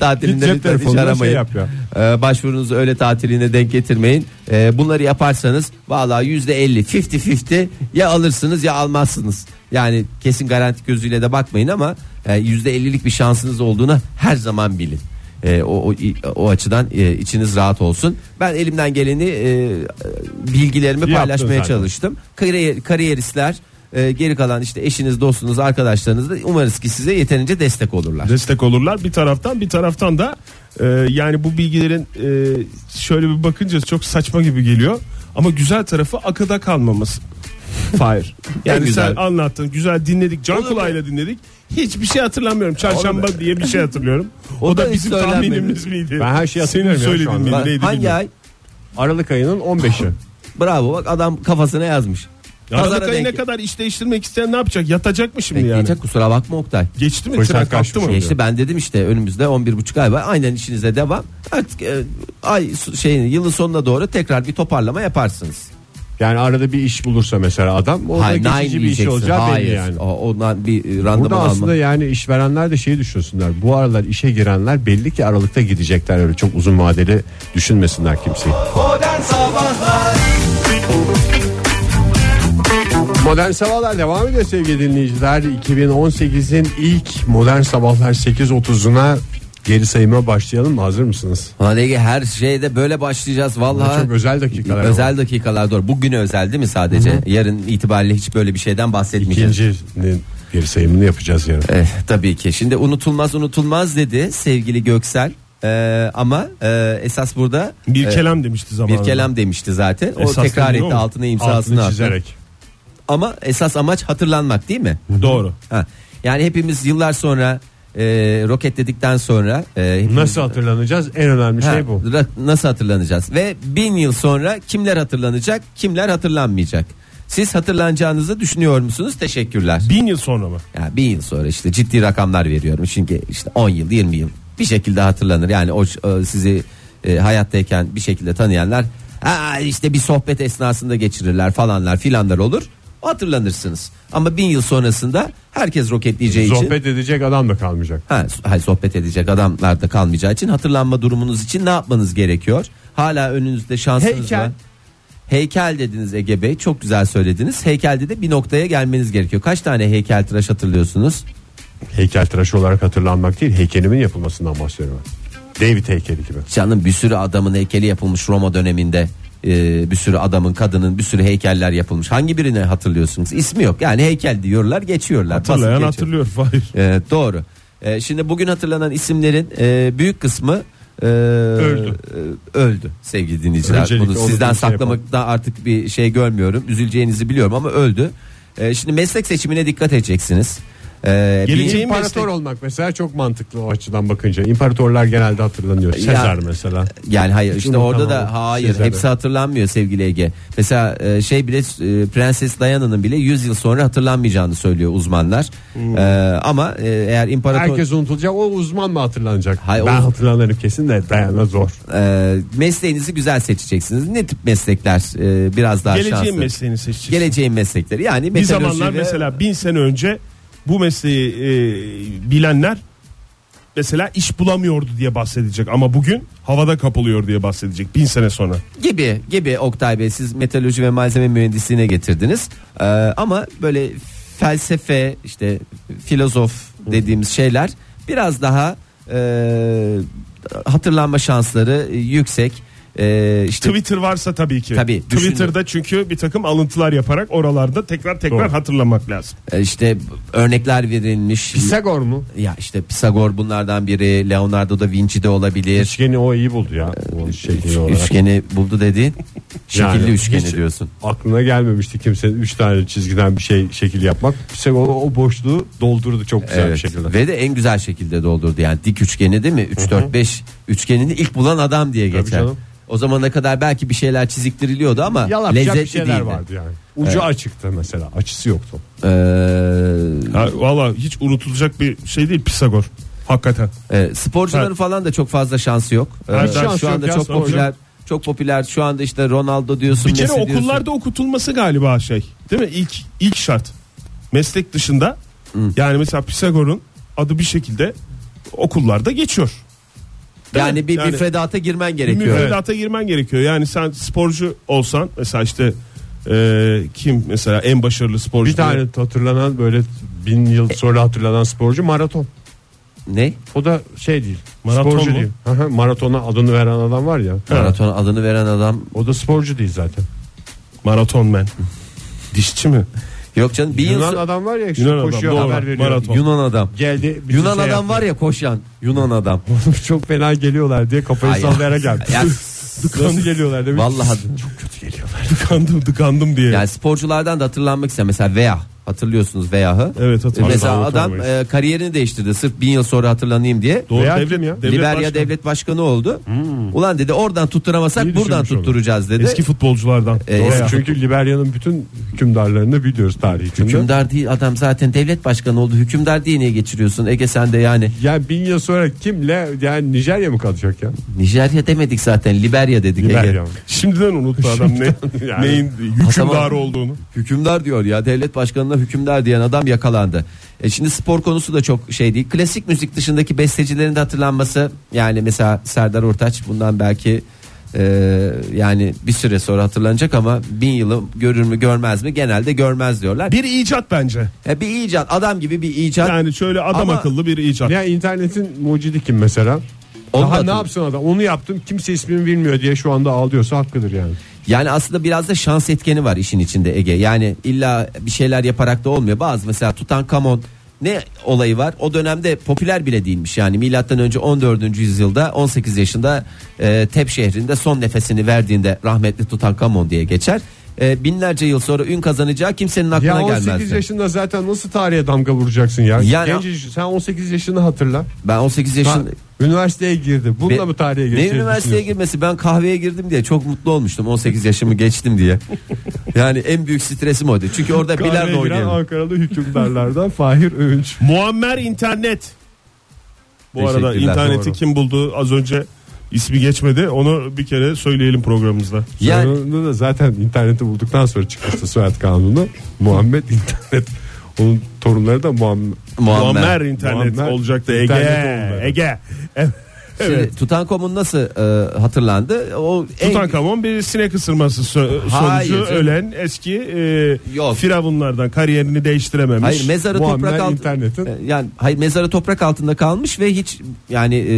Speaker 5: tatilinde
Speaker 3: Git
Speaker 5: lütfen
Speaker 3: cep
Speaker 5: hiç
Speaker 3: telefonuna şey
Speaker 5: aramayın.
Speaker 3: yap ya.
Speaker 5: E, başvurunuzu öyle tatiline denk getirmeyin. E, bunları yaparsanız vallahi %50 50-50 ya alırsınız ya almazsınız. Yani kesin garanti gözüyle de bakmayın ama e, %50'lik bir şansınız olduğunu her zaman bilin. E, o, o, o açıdan e, içiniz rahat olsun. Ben elimden geleni e, bilgilerimi
Speaker 4: Yaptın
Speaker 5: paylaşmaya
Speaker 4: zaten.
Speaker 5: çalıştım. Kariyer, kariyeristler e, geri kalan işte eşiniz, dostunuz, arkadaşlarınız da umarız ki size yeterince destek olurlar.
Speaker 4: destek olurlar bir taraftan bir taraftan da e, yani bu bilgilerin e, şöyle bir bakınca çok saçma gibi geliyor ama güzel tarafı akıda kalmaması. Hayır. Yani
Speaker 5: En güzel.
Speaker 4: sen anlattın güzel dinledik can kulağıyla dinledik. Hiçbir şey hatırlamıyorum. Çarşamba diye bir şey hatırlıyorum. O,
Speaker 5: O
Speaker 4: da,
Speaker 5: da
Speaker 4: bizim
Speaker 5: hiç söylenmedi.
Speaker 4: tahminimiz miydi?
Speaker 3: Ben her şeyi hatırlıyorum ya
Speaker 4: Senin
Speaker 3: şu
Speaker 4: söylediğin
Speaker 3: anda.
Speaker 4: miydi,
Speaker 5: Bak,
Speaker 4: neydi
Speaker 5: hangi
Speaker 4: bilmiyorum.
Speaker 5: ay?
Speaker 3: Aralık ayının 15'i.
Speaker 5: Bravo bak adam kafasına yazmış. Pazara
Speaker 4: Aralık ayı
Speaker 5: denk- E,
Speaker 4: ne kadar iş değiştirmek isteyen ne yapacak? Yatacak mı şimdi
Speaker 5: Bekleyecek
Speaker 4: yani?
Speaker 5: kusura bakma Oktay.
Speaker 4: Geçti mi?
Speaker 3: Fırsat
Speaker 4: Tren kalktı
Speaker 3: kaçmış
Speaker 4: mı?
Speaker 3: oluyor.
Speaker 5: Geçti ben dedim işte önümüzde 11.5 ay var. Aynen işinize devam. Artık e, ay su- şeyin yılın sonuna doğru tekrar bir toparlama yaparsınız.
Speaker 3: Yani arada bir iş bulursa mesela adam o da
Speaker 5: Hayır, nine
Speaker 3: geçici bir iş
Speaker 5: diyeceksin.
Speaker 3: olacağı
Speaker 5: Hayır.
Speaker 3: belli yani.
Speaker 5: O, ondan bir e, randıman
Speaker 3: Burada
Speaker 5: alma.
Speaker 3: aslında yani işverenler de şeyi düşünsünler. Bu aralar işe girenler belli ki aralıkta gidecekler öyle çok uzun vadeli düşünmesinler kimseyi. Modern Sabahlar devam ediyor sevgili dinleyiciler. 2018'in ilk Modern Sabahlar 8.30'una geri sayıma başlayalım mı? Hazır mısınız?
Speaker 5: Ulan Ege, her şeyde böyle başlayacağız vallahi.
Speaker 3: Çok özel dakikalar
Speaker 5: Özel
Speaker 3: ama.
Speaker 5: dakikalar doğru. Bugün özel değil mi sadece? Yarın itibariyle hiç böyle bir şeyden bahsetmeyeceğiz.
Speaker 3: İkincinin geri sayımını yapacağız yarın.
Speaker 5: Eh, tabii ki. Şimdi unutulmaz unutulmaz dedi sevgili Göksel. Ee, ama e, esas burada
Speaker 4: Bir
Speaker 5: e,
Speaker 4: kelam demişti zamanında.
Speaker 5: bir kelam demişti zaten. O
Speaker 4: Esas
Speaker 5: tekrar
Speaker 4: dediğin o
Speaker 5: etti
Speaker 4: mu?
Speaker 5: altına imzasını
Speaker 3: Altını
Speaker 5: attı.
Speaker 3: çizerek.
Speaker 5: Ama esas amaç hatırlanmak değil mi?
Speaker 4: Doğru.
Speaker 5: Ha. Yani hepimiz yıllar sonra e, roketledikten sonra e, hepimiz-
Speaker 3: Nasıl hatırlanacağız? En önemli
Speaker 5: Ha,
Speaker 3: şey bu.
Speaker 5: ra- Nasıl hatırlanacağız? Ve bin yıl sonra kimler hatırlanacak, kimler hatırlanmayacak? Siz hatırlanacağınızı düşünüyor musunuz? Teşekkürler.
Speaker 4: Bin yıl sonra mı?
Speaker 5: Ya bir yıl sonra işte ciddi rakamlar veriyorum. Çünkü işte 10 yıl 20 yıl bir şekilde hatırlanır. Yani o e, sizi e, hayattayken bir şekilde tanıyanlar ha işte bir sohbet esnasında geçirirler falanlar filanlar olur. Hatırlanırsınız. Ama bin yıl sonrasında herkes roketleyeceği için.
Speaker 3: Sohbet edecek adam da kalmayacak.
Speaker 5: Ha, hayır, sohbet edecek adamlar da kalmayacağı için hatırlanma durumunuz için ne yapmanız gerekiyor? Hala önünüzde şansınız
Speaker 3: Heykel.
Speaker 5: var. Heykel dediniz Ege Bey çok güzel söylediniz. Heykelde de bir noktaya gelmeniz gerekiyor. Kaç tane heykel tıraş hatırlıyorsunuz?
Speaker 3: Heykeltıraş olarak hatırlanmak değil heykelimin yapılmasından bahsediyorum. ben. David heykeli gibi.
Speaker 5: Canım bir sürü adamın heykeli yapılmış Roma döneminde. Ee, bir sürü adamın kadının bir sürü heykeller yapılmış. Hangi birini hatırlıyorsunuz? İsmi yok. Yani heykel diyorlar geçiyorlar. Basit
Speaker 4: Hatırlayan
Speaker 5: geçiyor.
Speaker 4: hatırlıyor. Hayır.
Speaker 5: Ee, doğru. Ee, şimdi bugün hatırlanan isimlerin e, büyük kısmı e,
Speaker 4: Öldü.
Speaker 5: e, öldü sevgili dinleyiciler.
Speaker 4: Öncelikle
Speaker 5: Bunu
Speaker 4: onu
Speaker 5: sizden
Speaker 4: bir şey
Speaker 5: saklamakta artık bir şey görmüyorum. Üzüleceğinizi biliyorum ama öldü. Ee, şimdi meslek seçimine dikkat edeceksiniz. Ee,
Speaker 4: Geleceğin
Speaker 5: bir-
Speaker 3: İmparator olmak mesela çok mantıklı o açıdan bakınca. İmparatorlar genelde hatırlanıyor. Sezar mesela.
Speaker 5: Yani hayır
Speaker 3: Hiç
Speaker 5: işte orada da
Speaker 3: unutamam.
Speaker 5: hayır
Speaker 3: Sezar'ı.
Speaker 5: hepsi hatırlanmıyor sevgili Ege. Mesela e, şey bile e, Prenses Diana'nın bile 100 yıl sonra hatırlanmayacağını söylüyor uzmanlar.
Speaker 4: Hmm.
Speaker 5: E, ama e, eğer imparator
Speaker 3: Herkes unutulacak o uzman mı hatırlanacak?
Speaker 5: Hayır,
Speaker 3: ben
Speaker 5: o-
Speaker 3: hatırlanırım kesin de dayana zor.
Speaker 5: e, mesleğinizi güzel seçeceksiniz. Ne tip meslekler e, biraz daha
Speaker 4: Geleceğin
Speaker 5: şanslı?
Speaker 4: mesleğini seçeceksin.
Speaker 5: Geleceğin meslekleri yani
Speaker 4: Bir
Speaker 5: meteoroloji
Speaker 4: zamanlar
Speaker 5: ve-
Speaker 4: mesela bin sene önce bu mesleği e, bilenler mesela iş bulamıyordu diye bahsedecek ama bugün havada kapılıyor diye bahsedecek bin sene sonra.
Speaker 5: gibi gibi Oktay Bey siz meteoroloji ve malzeme mühendisliğine getirdiniz. Ee, ama böyle felsefe işte filozof dediğimiz şeyler biraz daha e, hatırlanma şansları yüksek. E, işte
Speaker 4: Twitter varsa tabii ki.
Speaker 5: Tabii,
Speaker 4: Twitter'da çünkü bir takım alıntılar yaparak oralarda tekrar tekrar
Speaker 3: Doğru.
Speaker 4: hatırlamak lazım.
Speaker 5: e, işte örnekler verilmiş.
Speaker 3: Pisagor mu?
Speaker 5: ya işte Pisagor bunlardan biri, Leonardo da Vinci de olabilir. Ee,
Speaker 3: Üçgeni o iyi buldu ya. O şekli olarak.
Speaker 5: Üçgeni buldu dedi. Şekilli
Speaker 3: Yani
Speaker 5: üçgeni
Speaker 3: hiç-
Speaker 5: diyorsun.
Speaker 3: Aklına gelmemişti kimsenin 3 tane çizgiden bir şey şekil yapmak. İşte o, o boşluğu doldurdu çok güzel bir
Speaker 5: Evet.
Speaker 3: şekilde.
Speaker 5: Ve de en güzel şekilde doldurdu yani dik üçgeni değil mi? 3 4 5 üçgenini ilk bulan adam diye geçer.
Speaker 3: canım.
Speaker 5: O zamana kadar belki bir şeyler çiziktiriliyordu ama
Speaker 3: Yalapacak
Speaker 5: lezzetli
Speaker 3: bir şeyler
Speaker 5: değildi.
Speaker 3: vardı yani. Ucu açıktı mesela. Açısı yoktu.
Speaker 5: Ee,
Speaker 4: Ha, Valla hiç unutulacak bir şey değil Pisagor. Hakikaten.
Speaker 5: e, sporcuların
Speaker 4: Ha.
Speaker 5: falan da çok fazla şansı yok. Ee,
Speaker 4: Evet,
Speaker 3: şansı
Speaker 5: şu
Speaker 3: yok
Speaker 5: anda
Speaker 3: ya,
Speaker 5: çok
Speaker 4: sporcu.
Speaker 5: popüler. Çok popüler şu anda işte Ronaldo diyorsun,
Speaker 4: Bir kere
Speaker 5: Messi diyorsun.
Speaker 4: okullarda okutulması galiba şey. Değil mi? İlk ilk şart. Meslek dışında yani mesela Pisagor'un adı bir şekilde okullarda geçiyor.
Speaker 5: yani bir
Speaker 4: Yani-
Speaker 5: müfredata girmen gerekiyor.
Speaker 4: Müfredata girmen gerekiyor. Yani sen sporcu olsan mesela işte e, kim mesela en başarılı sporcu?
Speaker 3: Bir tane hatırlanan böyle bin
Speaker 5: E-
Speaker 3: yıl sonra hatırlanan sporcu maraton.
Speaker 5: Ne?
Speaker 3: O da şey değil.
Speaker 4: Maraton
Speaker 3: sporcu
Speaker 4: mu?
Speaker 3: değil. Hı hı, Maratona adını veren adam var ya.
Speaker 5: Maraton adını veren adam
Speaker 3: O da sporcu değil zaten.
Speaker 4: Maraton men. Dişçi mi?
Speaker 5: yok canım. Bir
Speaker 3: Yunan
Speaker 5: yıl
Speaker 3: adam var ya şu
Speaker 4: Yunan adam,
Speaker 3: koşuyor
Speaker 4: doğru.
Speaker 3: haber veriyor.
Speaker 4: Maraton.
Speaker 5: Yunan adam.
Speaker 3: Geldi. bir
Speaker 5: Yunan
Speaker 3: şey
Speaker 5: adam var ya koşan. Yunan adam.
Speaker 3: yaptı. Çok fena geliyorlar diye kafayı
Speaker 5: Ay ya.
Speaker 3: sallayarak geldi.
Speaker 5: Ya,
Speaker 3: Nasıl geliyorlar demiş.
Speaker 5: vallahi
Speaker 4: Dıkandım dıkandım diye.
Speaker 5: yani sporculardan da hatırlanmak istedim. Mesela Veya hatırlıyorsunuz Veya'hı.
Speaker 4: Evet, hatırlıyorum.
Speaker 5: Mesela
Speaker 4: Vallahi
Speaker 5: adam
Speaker 4: unutamayız.
Speaker 5: e, kariyerini değiştirdi sırf bin yıl sonra hatırlanayım diye.
Speaker 4: Doğru
Speaker 3: Veya
Speaker 4: devlet,
Speaker 3: kim ya?
Speaker 4: devlet
Speaker 5: Liberya
Speaker 4: başkanı. Hmm.
Speaker 5: devlet başkanı oldu. Ulan dedi oradan tutturamasak
Speaker 3: İyi
Speaker 5: buradan
Speaker 3: düşünmüş onu.
Speaker 5: tutturacağız dedi.
Speaker 4: Eski futbolculardan.
Speaker 5: E,
Speaker 4: Doğru
Speaker 5: eski-
Speaker 4: ya.
Speaker 3: Çünkü Liberya'nın bütün hükümdarlarını biliyoruz tarih içinde.
Speaker 5: Hükümdar değil adam zaten devlet başkanı oldu. Hükümdar diye niye geçiriyorsun Ege sen de yani.
Speaker 3: Yani bin yıl sonra kimle yani Nijerya mı kalacak ya?
Speaker 5: Nijerya demedik zaten Liberya dedik Ege.
Speaker 3: Liberya mı?
Speaker 4: Şimdiden unuttu adam ne,
Speaker 3: yani.
Speaker 4: neyin
Speaker 5: Ataman-
Speaker 4: hükümdarı olduğunu.
Speaker 5: Hükümdar diyor ya devlet başkanına hükümdar diyen adam yakalandı. E şimdi spor konusu da çok şey değil. Klasik müzik dışındaki bestecilerin de hatırlanması yani mesela Serdar Ortaç bundan belki e, yani bir süre sonra hatırlanacak ama bin yılı görür mü görmez mi genelde görmez diyorlar. Bir,
Speaker 4: Bir icat bence.
Speaker 5: e, bir icat adam gibi bir icat.
Speaker 4: Yani şöyle adam
Speaker 5: Ama-
Speaker 4: akıllı bir icat.
Speaker 3: Ya internetin mucidi kim mesela?
Speaker 5: Onu da
Speaker 3: Daha ne
Speaker 5: hatırlıyorum.
Speaker 3: yapsın adam? Onu yaptım kimse ismini bilmiyor diye şu anda ağlıyorsa hakkıdır yani.
Speaker 5: Yani aslında biraz da şans etkeni var işin içinde Ege. Yani illa bir şeyler yaparak da olmuyor. Bazı mesela Tutankamon ne olayı var? O dönemde popüler bile değilmiş. Yani milattan önce 14. yüzyılda 18 yaşında e, Tep şehrinde son nefesini verdiğinde rahmetli Tutankamon diye geçer. E, binlerce yıl sonra ün kazanacağı kimsenin
Speaker 3: Ya
Speaker 5: aklına
Speaker 3: 18
Speaker 5: gelmez.
Speaker 3: yaşında zaten nasıl tarihe damga vuracaksın ya?
Speaker 5: Yani-
Speaker 3: Genç- sen 18 yaşını hatırla.
Speaker 5: Ben 18
Speaker 3: Ha,
Speaker 5: yaşında
Speaker 3: üniversiteye girdi. Bununla mı tarihe
Speaker 5: Ne
Speaker 3: geçeceğiz?
Speaker 5: üniversiteye girmesi ben kahveye girdim diye çok mutlu olmuştum 18 yaşımı geçtim diye. Yani en büyük stresim oydu. Çünkü orada bilardo
Speaker 3: giren
Speaker 5: oynuyorum.
Speaker 3: Ankaralı hükümdarlardan Fahir Öğünç.
Speaker 4: Muammer internet. Bu arada
Speaker 5: Teşekkürler.
Speaker 4: interneti
Speaker 5: Doğru.
Speaker 4: kim buldu az önce ismi geçmedi. Onu bir kere söyleyelim programımızda.
Speaker 5: Yani
Speaker 3: Sonunda da zaten interneti bulduktan sonra çıkmıştı soyad kanunu. Muhammed internet. Onun torunları da Muhammed.
Speaker 5: Muammer.
Speaker 4: Muammer internet
Speaker 3: Muammer
Speaker 4: olacaktı
Speaker 3: internet
Speaker 4: Ege.
Speaker 3: olmadı.
Speaker 4: Ege. Evet.
Speaker 5: Şimdi Tutankamon'un nasıl e, hatırlandı? O en-
Speaker 4: Tutankamon bir sinek ısırması so-
Speaker 5: Hayır
Speaker 4: sonucu
Speaker 5: canım.
Speaker 4: ölen eski e,
Speaker 5: Yok.
Speaker 4: firavunlardan kariyerini değiştirememiş.
Speaker 5: Hayır mezarı
Speaker 3: Muammer
Speaker 5: toprak
Speaker 3: internetin-
Speaker 5: altında yani hayır mezarı toprak altında kalmış ve hiç yani e,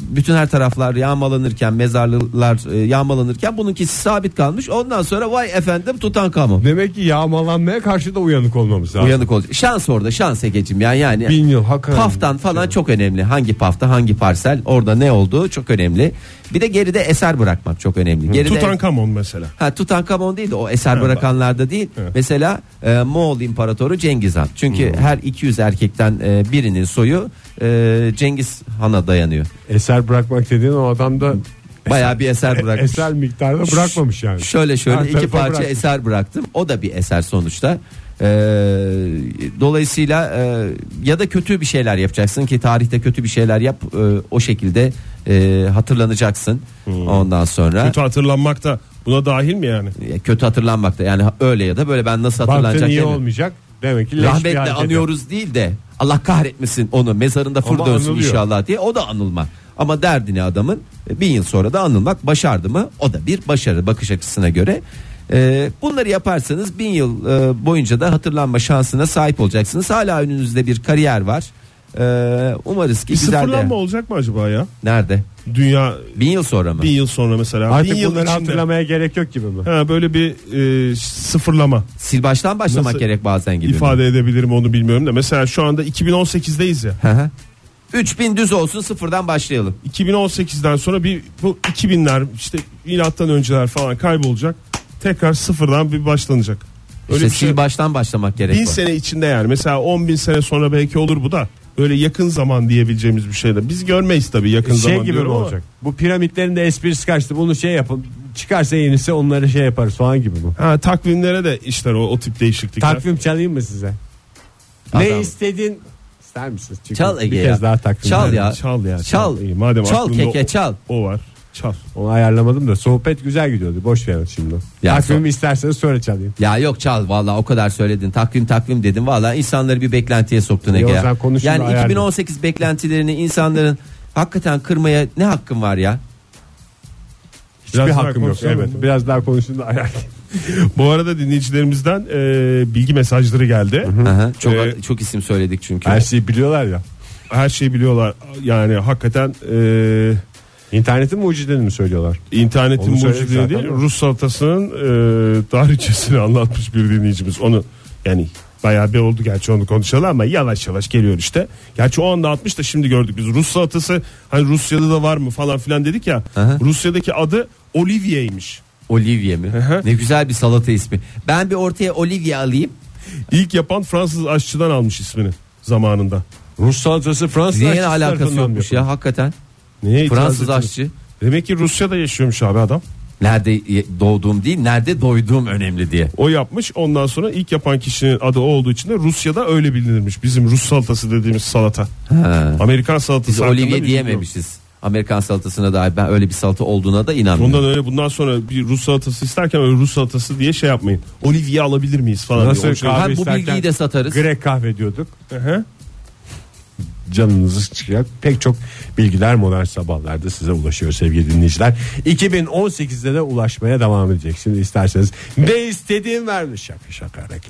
Speaker 5: bütün her taraflar yağmalanırken mezarlar e, yağmalanırken bununkisi sabit kalmış. Ondan sonra vay efendim Tutankamon.
Speaker 3: Demek ki yağmalanmaya karşı da uyanık olmamız lazım.
Speaker 5: Uyanık olacak. Şans orada şans Ege'cim yani yani.
Speaker 3: Bin yıl şey hakikaten.
Speaker 5: Paftan falan çok önemli. Hangi pafta, hangi parsel, orada ne olduğu çok önemli. Bir de geride eser bırakmak çok önemli. Geride
Speaker 4: Tutankamon mesela.
Speaker 5: Ha Tutankamon değil de o eser bırakanlarda değil. Mesela e, Moğol İmparatoru Cengiz Han. Çünkü
Speaker 3: Hmm.
Speaker 5: her 200 erkekten e, birinin soyu e, Cengiz Han'a dayanıyor.
Speaker 3: Eser bırakmak dediğin o adam da
Speaker 5: Bayağı bir eser bırakmış.
Speaker 3: eser miktarda bırakmamış yani.
Speaker 5: Şöyle şöyle
Speaker 3: Her
Speaker 5: iki
Speaker 3: tarafa
Speaker 5: parça
Speaker 3: bırakmış.
Speaker 5: eser bıraktım. O da bir eser sonuçta. E, dolayısıyla e, ya da kötü bir şeyler yapacaksın ki tarihte kötü bir şeyler yap e, o şekilde e, hatırlanacaksın.
Speaker 3: Hmm.
Speaker 5: Ondan sonra
Speaker 4: Kötü hatırlanmak da buna dahil mi yani?
Speaker 5: Ya kötü hatırlanmakta yani öyle ya da böyle ben nasıl
Speaker 3: Baktın
Speaker 5: hatırlanacak
Speaker 3: iyi
Speaker 5: demiyorum.
Speaker 3: olmayacak. Demek ki leş bir
Speaker 5: rahmetle
Speaker 3: hareket.
Speaker 5: anıyoruz değil de Allah kahretmesin onu mezarında fır
Speaker 3: Ama
Speaker 5: dönsün
Speaker 3: anılıyor.
Speaker 5: inşallah diye o da anılma. Ama derdini adamın e, bin yıl sonra da anılmak başardı mı o da bir başarı bakış açısına göre. E, bunları yaparsanız bin yıl e, boyunca da hatırlanma şansına sahip olacaksınız. Hala önünüzde bir kariyer var. E, umarız ki
Speaker 4: Bir
Speaker 5: güzel de.
Speaker 4: sıfırlanma olacak mı acaba ya?
Speaker 5: Nerede?
Speaker 4: Dünya
Speaker 5: Bin yıl sonra mı?
Speaker 4: bin yıl sonra mesela.
Speaker 3: Artık
Speaker 4: bin yıl
Speaker 3: bunları
Speaker 4: içinde.
Speaker 3: hatırlamaya gerek yok gibi mi?
Speaker 4: Ha, böyle bir e, sıfırlama
Speaker 5: Sil baştan başlamak
Speaker 4: Nasıl
Speaker 5: gerek bazen gibi. mi?
Speaker 4: ifade edebilirim onu bilmiyorum da. Mesela şu anda 2018'deyiz ya.
Speaker 5: Hı hı. 3000 düz olsun sıfırdan başlayalım.
Speaker 4: 2018'den sonra bir bu 2000'ler işte milattan önceler falan kaybolacak. tekrar sıfırdan bir başlanacak. Öyle
Speaker 5: İşte
Speaker 4: bir şey.
Speaker 5: sil baştan başlamak gerek
Speaker 4: bin
Speaker 5: var.
Speaker 4: sene içinde yani mesela 10 bin sene sonra belki olur bu da öyle yakın zaman diyebileceğimiz bir şey de biz görmeyiz tabii yakın
Speaker 3: şey
Speaker 4: zaman
Speaker 3: gibi mi
Speaker 4: diyorum ama
Speaker 3: olacak? Bu piramitlerin de esprisi kaçtı. Bunu şey yapın. Çıkarsa yenisi onları şey yaparız falan gibi bu.
Speaker 4: Ha, takvimlere de işler o, o tip değişiklikler.
Speaker 3: Takvim çalayım mı size? Ne
Speaker 5: Adam.
Speaker 3: istedin? İster misiniz? Çünkü
Speaker 5: Çal Ege
Speaker 3: bir
Speaker 5: ya.
Speaker 3: kez daha takvim.
Speaker 5: Çal
Speaker 3: verdim.
Speaker 5: ya.
Speaker 4: Çal ya.
Speaker 5: Çal.
Speaker 4: İyi, madem
Speaker 5: Çal
Speaker 4: aklında
Speaker 5: keke,
Speaker 4: o-
Speaker 5: çal.
Speaker 4: O var. Çal.
Speaker 3: Onu ayarlamadım da sohbet güzel gidiyordu. Boş verin şimdi.
Speaker 5: Ya
Speaker 3: Takvimi
Speaker 5: so-
Speaker 3: isterseniz sonra çalayım.
Speaker 5: Ya yok çal valla o kadar söyledin takvim takvim dedim valla insanları bir beklentiye soktun Ege.
Speaker 3: o
Speaker 5: ya.
Speaker 3: zaman konuşun
Speaker 5: Yani
Speaker 3: da ayarlayın.
Speaker 5: 2018 beklentilerini insanların hakikaten kırmaya ne hakkın var ya?
Speaker 3: Hiçbir
Speaker 4: daha
Speaker 3: hakkım yok.
Speaker 4: konuşalım
Speaker 3: Evet.
Speaker 4: mı?
Speaker 3: Biraz daha konuşun da ayarlayayım.
Speaker 4: Bu arada dinleyicilerimizden e, bilgi mesajları geldi.
Speaker 5: Aha, çok
Speaker 4: Ee,
Speaker 5: çok isim söyledik çünkü.
Speaker 3: Her şeyi biliyorlar ya.
Speaker 4: Her şeyi biliyorlar. Yani hakikaten e,
Speaker 3: İnternetin mucizeleri mi söylüyorlar?
Speaker 4: İnternetin
Speaker 3: Onu söyledik
Speaker 4: mucizeliği
Speaker 3: zaten
Speaker 4: değil
Speaker 3: ama.
Speaker 4: Rus salatasının e, tarihçesini anlatmış bir dinleyicimiz. Onu yani bayağı bir oldu gerçi onu konuşalım ama yavaş yavaş geliyor işte. Gerçi o anda atmış da şimdi gördük biz. Rus salatası hani Rusya'da da var mı falan filan dedik ya.
Speaker 5: Aha.
Speaker 4: Rusya'daki adı Olivier'ymiş.
Speaker 5: Olivia mi? ne güzel bir salata ismi. Ben bir ortaya Olivia alayım.
Speaker 4: İlk yapan Fransız aşçıdan almış ismini zamanında.
Speaker 3: Rus salatası Fransız
Speaker 5: Niye
Speaker 3: aşçısı
Speaker 5: alakası
Speaker 3: tarafından
Speaker 5: yokmuş
Speaker 3: yapılıyor.
Speaker 5: ya hakikaten?
Speaker 4: Neye itiraz
Speaker 5: Fransız
Speaker 4: ettiniz?
Speaker 5: aşçı.
Speaker 4: Demek ki Rusya'da yaşıyormuş abi adam.
Speaker 5: Nerede doğduğum değil, nerede doyduğum önemli diye.
Speaker 4: O yapmış. Ondan sonra ilk yapan kişinin adı o olduğu için de Rusya'da öyle bilinirmiş. Bizim Rus salatası dediğimiz salata.
Speaker 5: Ha.
Speaker 4: Amerikan salatası.
Speaker 5: Biz
Speaker 4: hakkında
Speaker 5: Olivia
Speaker 4: bilgi yok.
Speaker 5: diyememişiz. Amerikan salatasına dair ben öyle bir salata olduğuna da inanmıyorum.
Speaker 4: Bundan öyle bundan sonra bir Rus salatası isterken öyle Rus salatası diye şey yapmayın. Olivia alabilir miyiz falan.
Speaker 3: Nasıl
Speaker 4: diye.
Speaker 3: kahve
Speaker 5: Ha, bu
Speaker 3: isterken
Speaker 5: bilgiyi de satarız.
Speaker 3: Grek kahve diyorduk.
Speaker 4: Hı hı.
Speaker 3: canınızı çıkacak pek çok bilgiler modern sabahlarda size ulaşıyor sevgili dinleyiciler. 2018'de de ulaşmaya devam edecek. Şimdi isterseniz ne istediğim vermiş şaka şaka hareket.